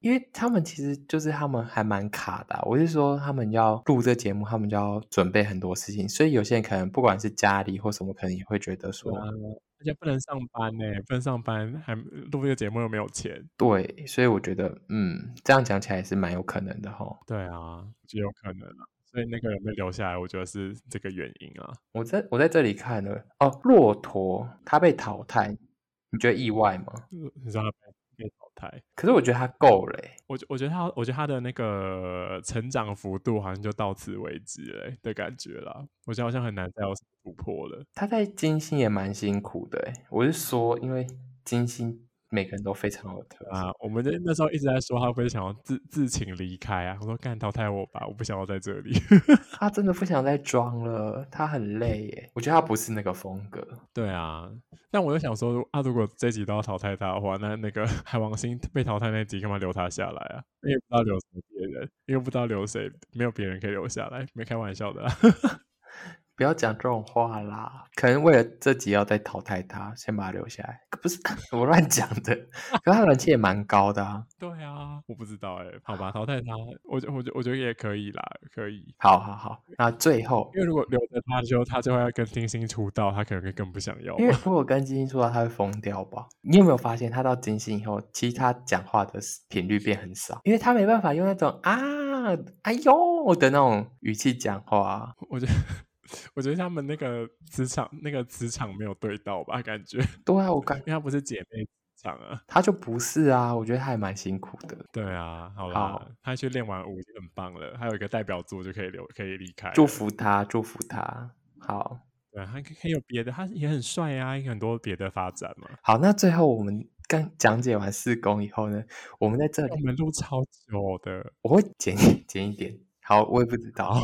Speaker 2: 因为他们其实就是他们还蛮卡的啊、我是说，他们要录这节目，他们就要准备很多事情，所以有些人可能不管是家里或什么，可能也会觉得说，
Speaker 1: 而且不能上班呢、不能上班，还录这个节目又没有钱。
Speaker 2: 对，所以我觉得，嗯，这样讲起来也是蛮有可能的哈。
Speaker 1: 对啊，就有可能啊。所以那个人被留下来，我觉得是这个原因啊。
Speaker 2: 我在我在这里看了，哦，骆驼他被淘汰，你觉得意外吗？
Speaker 1: 你知道他被被淘汰，
Speaker 2: 可是我觉得他够了欸、
Speaker 1: 我觉我觉得他，我觉得他的那个成长幅度好像就到此为止了欸的感觉啦。我觉得好像很难再有什么突破了。
Speaker 2: 他在金星也蛮辛苦的、欸，我是说，因为金星每个人都非常有特色
Speaker 1: 啊，我们那那时候一直在说他会不会想要自自请离开啊？我说干淘汰我吧，我不想要在这里。
Speaker 2: 他真的不想再装了，他很累耶。我觉得他不是那个风格。
Speaker 1: 对啊，但我又想说啊，如果这集都要淘汰他的话，那那个 [laughs] 海王星被淘汰那集干嘛留他下来啊？因为不知道留什么别人，因为不知道留谁，没有别人可以留下来，没开玩笑的、啊。 [laughs]
Speaker 2: 不要讲这种话啦，可能为了这集要再淘汰他，先把他留下来。不是 [laughs] 我乱讲的，可他人气也蛮高的啊。
Speaker 1: 对啊，我不知道哎、好吧，淘汰他，我觉我觉我觉得也可以啦，可以。
Speaker 2: 好好好，那最后，
Speaker 1: 因为如果留着他就他就会跟金星出道，他可能会更不想要
Speaker 2: 因
Speaker 1: 吧。
Speaker 2: 为如果跟金星说话，他会疯掉吧？你有没有发现他到金星以后，其实他讲话的频率变很少，因为他没办法用那种啊、哎呦的那种语气讲话。啊
Speaker 1: 我觉得我觉得他们那个磁场那个磁场没有对到吧，感觉，因
Speaker 2: 对啊，我感
Speaker 1: 为他不是姐妹磁场啊。
Speaker 2: 他就不是啊，我觉得他还蛮辛苦的。
Speaker 1: 对啊，好啦，
Speaker 2: 好
Speaker 1: 他去练完舞已经很棒了，还有一个代表作就可以留，可以离开了。
Speaker 2: 祝福他，祝福他。好
Speaker 1: 对，他可以有别的，他也很帅啊，有很多别的发展嘛。
Speaker 2: 好，那最后我们刚讲解完四宫以后呢，我们在这
Speaker 1: 我
Speaker 2: 里
Speaker 1: 们录超久的，
Speaker 2: 我会剪剪一 [laughs] 点。好，我也不知 [laughs] 道。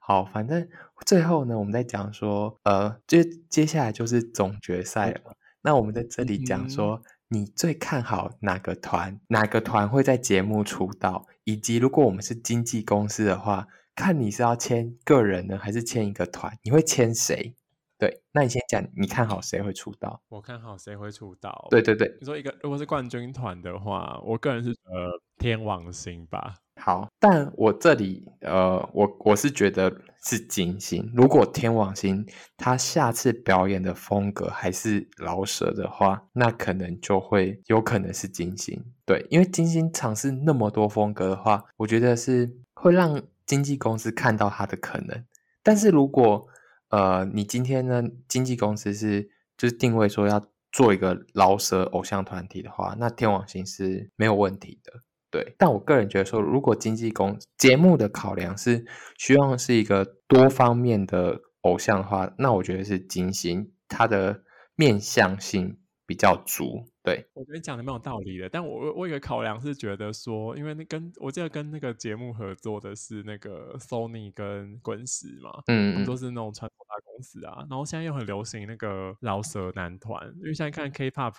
Speaker 2: 好，反正最后呢，我们在讲说，呃，就接下来就是总决赛了嘛。那我们在这里
Speaker 1: 嗯哼
Speaker 2: 讲说，你最看好哪个团？哪个团会在节目出道？以及如果我们是经纪公司的话，看你是要签个人呢，还是签一个团？你会签谁？对，那你先讲，你看好谁会出道？
Speaker 1: 我看好谁会出道。
Speaker 2: 对，对对，
Speaker 1: 你说一个如果是冠军团的话，我个人是呃天王星吧。
Speaker 2: 好，但我这里呃，我我是觉得是金星。如果天王星他下次表演的风格还是老舍的话，那可能就会有可能是金星。对，因为金星尝试那么多风格的话，我觉得是会让经纪公司看到他的可能。但是如果呃，你今天呢，经纪公司是就是定位说要做一个饶舌偶像团体的话，那天王星是没有问题的。对，但我个人觉得说，如果经纪公节目的考量是希望是一个多方面的偶像的话，那我觉得是金星，它的面向性比较足。对，
Speaker 1: 我觉得你讲的蛮有道理的，但我我有一个考量是觉得说，因为那跟我记得跟那个节目合作的是那个 Sony 跟滚石嘛，他
Speaker 2: 嗯
Speaker 1: 们，都是那种传统大公司啊，然后现在又很流行那个饶舌男团，因为现在看 K-pop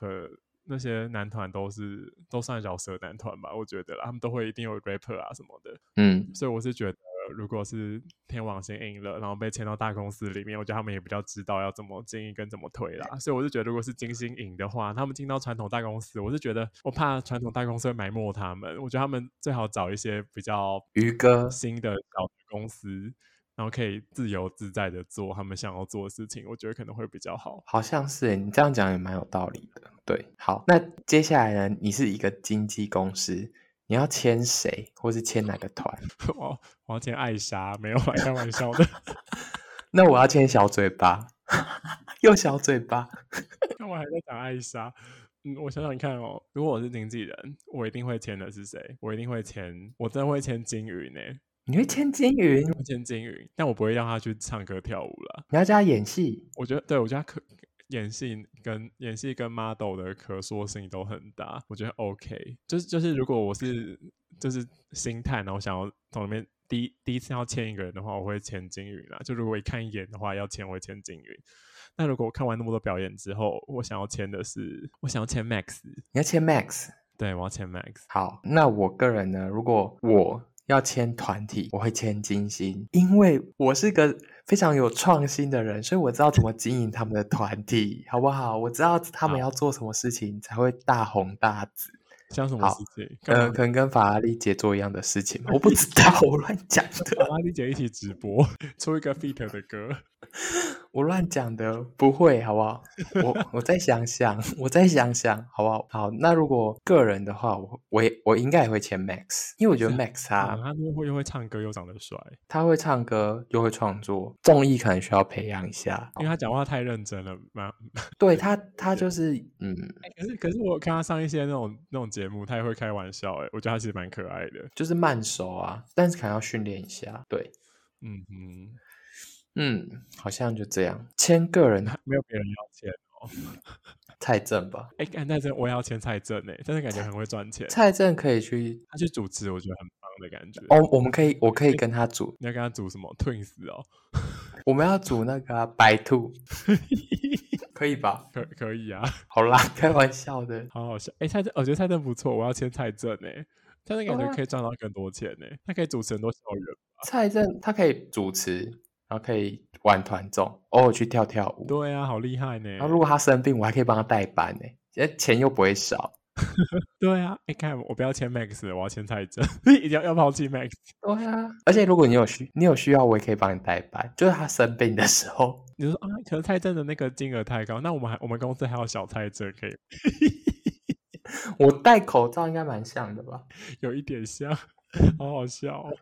Speaker 1: 那些男团都是都算饶舌男团吧，我觉得啦，他们都会一定有 rapper 啊什么的，
Speaker 2: 嗯，
Speaker 1: 所以我是觉得如果是天王星赢了，然后被签到大公司里面，我觉得他们也比较知道要怎么经营跟怎么推啦，所以我是觉得如果是金星赢的话，他们进到传统大公司，我是觉得我怕传统大公司会埋没他们，我觉得他们最好找一些比较
Speaker 2: 鱼哥
Speaker 1: 新的小的公司。然后可以自由自在的做他们想要做的事情，我觉得可能会比较好。 [laughs]
Speaker 2: 好像是欸诶，你这样讲也蛮有道理的。对，好，那接下来呢？你是一个经纪公司，你要签谁，或是签哪个团？ [laughs]
Speaker 1: 我我要签艾莎，没有啦，开玩笑的。 [laughs]
Speaker 2: 那我要签小嘴巴， [laughs] 又小嘴巴。
Speaker 1: 那我还在讲艾莎。嗯，我想想看哦，如果我是经纪人，我一定会签的是谁？我一定会签，我真的会签金鱼呢、
Speaker 2: 你会签金鱼？
Speaker 1: 我签金鱼，但我不会让他去唱歌跳舞啦。
Speaker 2: 你要叫他演戏？
Speaker 1: 我觉得，对我觉得他可演戏跟演戏跟 model 的可塑性都很大，我觉得 OK。就是就是，如果我是就是心态，然后想要从里面第一第一次要签一个人的话，我会签金云啦。就如果一看一眼的话，要签我会签金云。那如果我看完那么多表演之后，我想要签的是，我想要签 Max，
Speaker 2: 你要签 Max？
Speaker 1: 对我要签 Max。
Speaker 2: 好，那我个人呢，如果我要签团体，我会签金星，因为我是个非常有创新的人，所以我知道怎么经营他们的团体，好不好？我知道他们
Speaker 1: 好
Speaker 2: 要做什么事情才会大红大紫。
Speaker 1: 像什么
Speaker 2: 好
Speaker 1: 事情？干
Speaker 2: 呃，
Speaker 1: 嘛
Speaker 2: 可能跟法拉利姐做一样的事情吧，我不知道，我乱讲的，
Speaker 1: 跟阿丽姐一起直播，出一个 feat 的歌。
Speaker 2: 我乱讲的，不会，好不好？我我再想想，我再想想，好不好？好，那如果个人的话，我我也我应该也会签 Max，因为我觉得 Max 他、
Speaker 1: 啊，他又会又会唱歌，又长得帅，
Speaker 2: 他会唱歌，又会创作，综艺可能需要培养一下。
Speaker 1: 因为他讲话太认真了，蛮
Speaker 2: 哦对他，他就是嗯，
Speaker 1: 欸可是可是我看他上一些那种那种节目，他也会开玩笑哎、我觉得他其实蛮可爱的。
Speaker 2: 就是慢熟啊，但是可能要训练一下。对，
Speaker 1: 嗯嗯，
Speaker 2: 嗯，好像就这样。签个人
Speaker 1: 没有别人要签
Speaker 2: 蔡正吧，
Speaker 1: 哎，干蔡正我也要签蔡正哎、但是感觉很会赚
Speaker 2: [laughs]
Speaker 1: 钱。
Speaker 2: 蔡正可以去
Speaker 1: 他去主持，我觉得很棒的感觉。
Speaker 2: 哦，我们可以，我可以跟他组，
Speaker 1: 你要跟他组什么 Twins 哦？
Speaker 2: 我们要组那个啊、白 [laughs] 兔，可以吧？
Speaker 1: 可可以啊，
Speaker 2: 好啦，开玩笑的。
Speaker 1: 好好笑。哎、蔡正，我觉得蔡正不错，我要签蔡正哎、蔡正感
Speaker 2: 哦
Speaker 1: 觉可以赚到更多钱呢、他可以主持很多校园。
Speaker 2: 蔡正他可以主持，然后可以玩团综，偶尔去跳跳舞。
Speaker 1: 对啊，好厉害呢、
Speaker 2: 然后如果他生病，我还可以帮他代班呢，现在钱又不会少。
Speaker 1: 对啊，哎、看我不要签 Max，了我要签蔡正， [laughs] 一定要要抛弃 Max。
Speaker 2: 对啊，而且如果你有需你有需要，我也可以帮你代班，就是他生病的时候。 [laughs]
Speaker 1: 你就说啊，可是蔡政的那个金额太高，那我们还我们公司还有小蔡政可以
Speaker 2: 我戴口罩应该蛮像的吧？
Speaker 1: [laughs] 有一点像，好好笑、哦。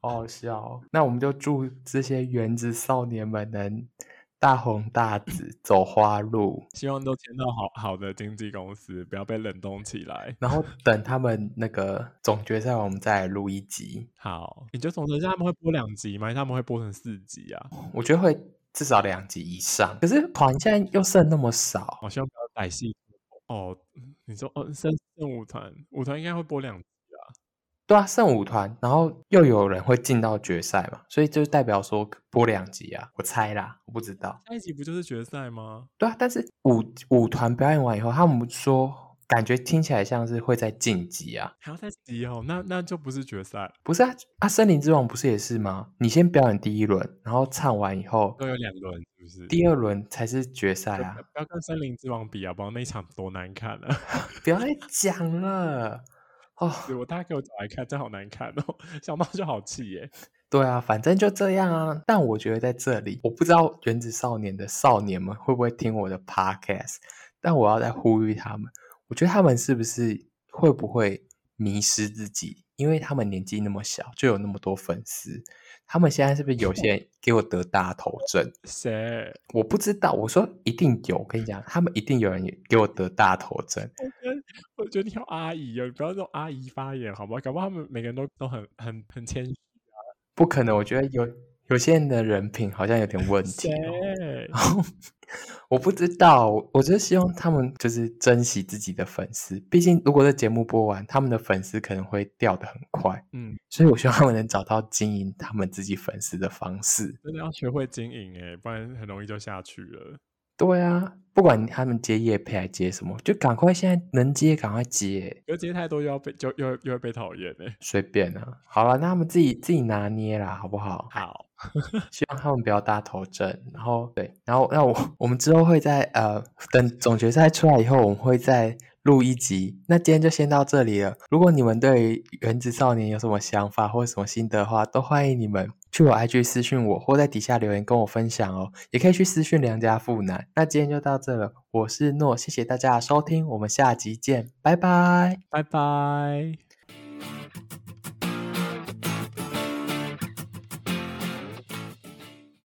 Speaker 2: 好好笑哦、那我们就祝这些原子少年们能大红大紫，走花路。
Speaker 1: 希望都签到好好的经纪公司，不要被冷冻起来。
Speaker 2: 然后等他们那个总决赛完，我们再来录一集。
Speaker 1: 好，你就总结一下，他们会播两集吗？他们会播成四集啊？
Speaker 2: 我觉得会至少两集以上。可是团现在又剩那么少，
Speaker 1: 好，希望不要歹戏哦。你说哦，剩剩舞团，舞团应该会播两集啊。
Speaker 2: 对啊，剩五团，然后又有人会进到决赛嘛，所以就代表说播两集啊，我猜啦，我不知道。
Speaker 1: 下一集不就是决赛吗？
Speaker 2: 对啊，但是舞舞团表演完以后，他们说感觉听起来像是会在晋级啊，
Speaker 1: 还要再集哦，那那就不是决赛，
Speaker 2: 不是啊？啊，森林之王不是也是吗？你先表演第一轮，然后唱完以后，
Speaker 1: 都有两轮，是不是？
Speaker 2: 第二轮才是决赛
Speaker 1: 不
Speaker 2: 啊！
Speaker 1: 要不要跟森林之王比啊，不然那一场多难看啊！
Speaker 2: 不要再讲了哦。
Speaker 1: 对我大家给我找来看，真好难看哦，想到就好气耶。
Speaker 2: 对啊，反正就这样啊。但我觉得在这里，我不知道原子少年的少年们会不会听我的 podcast，但我要再呼吁他们，我觉得他们是不是会不会迷失自己？因为他们年纪那么小，就有那么多粉丝，他们现在是不是有些人给我得大头症？
Speaker 1: 谁？
Speaker 2: 我不知道，我说一定有，我跟你讲，他们一定有人给我得大头症。
Speaker 1: 我觉得我觉得你好阿姨哦，你不要用阿姨发言好不好？搞不好他们每个人都都很很很谦虚。
Speaker 2: 不可能，我觉得有有些人的人品好像有点问题
Speaker 1: 谁
Speaker 2: 哦、？ [laughs] 我不知道，我就希望他们就是珍惜自己的粉丝。毕竟，如果这节目播完，他们的粉丝可能会掉的很快，
Speaker 1: [laughs] 嗯，
Speaker 2: 所以我希望他们能找到经营他们自己粉丝的方式。
Speaker 1: 真的要学会经营哎，不然很容易就下去了。
Speaker 2: 对啊，不管他们接业配还接什么，就赶快现在能接赶快接，
Speaker 1: 可是接太多又要被就又又会被讨厌哎。
Speaker 2: 随便啊。好了，那他们自己自己拿捏啦，好不好？
Speaker 1: 好，
Speaker 2: 希望他们不要搭头阵，然后对，然后那我 [laughs] 我们之后会在呃等总决赛出来以后，我们会再录一集。那今天就先到这里了。如果你们对于原子少年有什么想法或者什么心得的话，都欢迎你们去我 IG 私讯我，或在底下留言跟我分享哦。也可以去私讯良家妇男。那今天就到这了，我是诺，谢谢大家的收听，我们下集见，拜拜。
Speaker 1: 拜拜。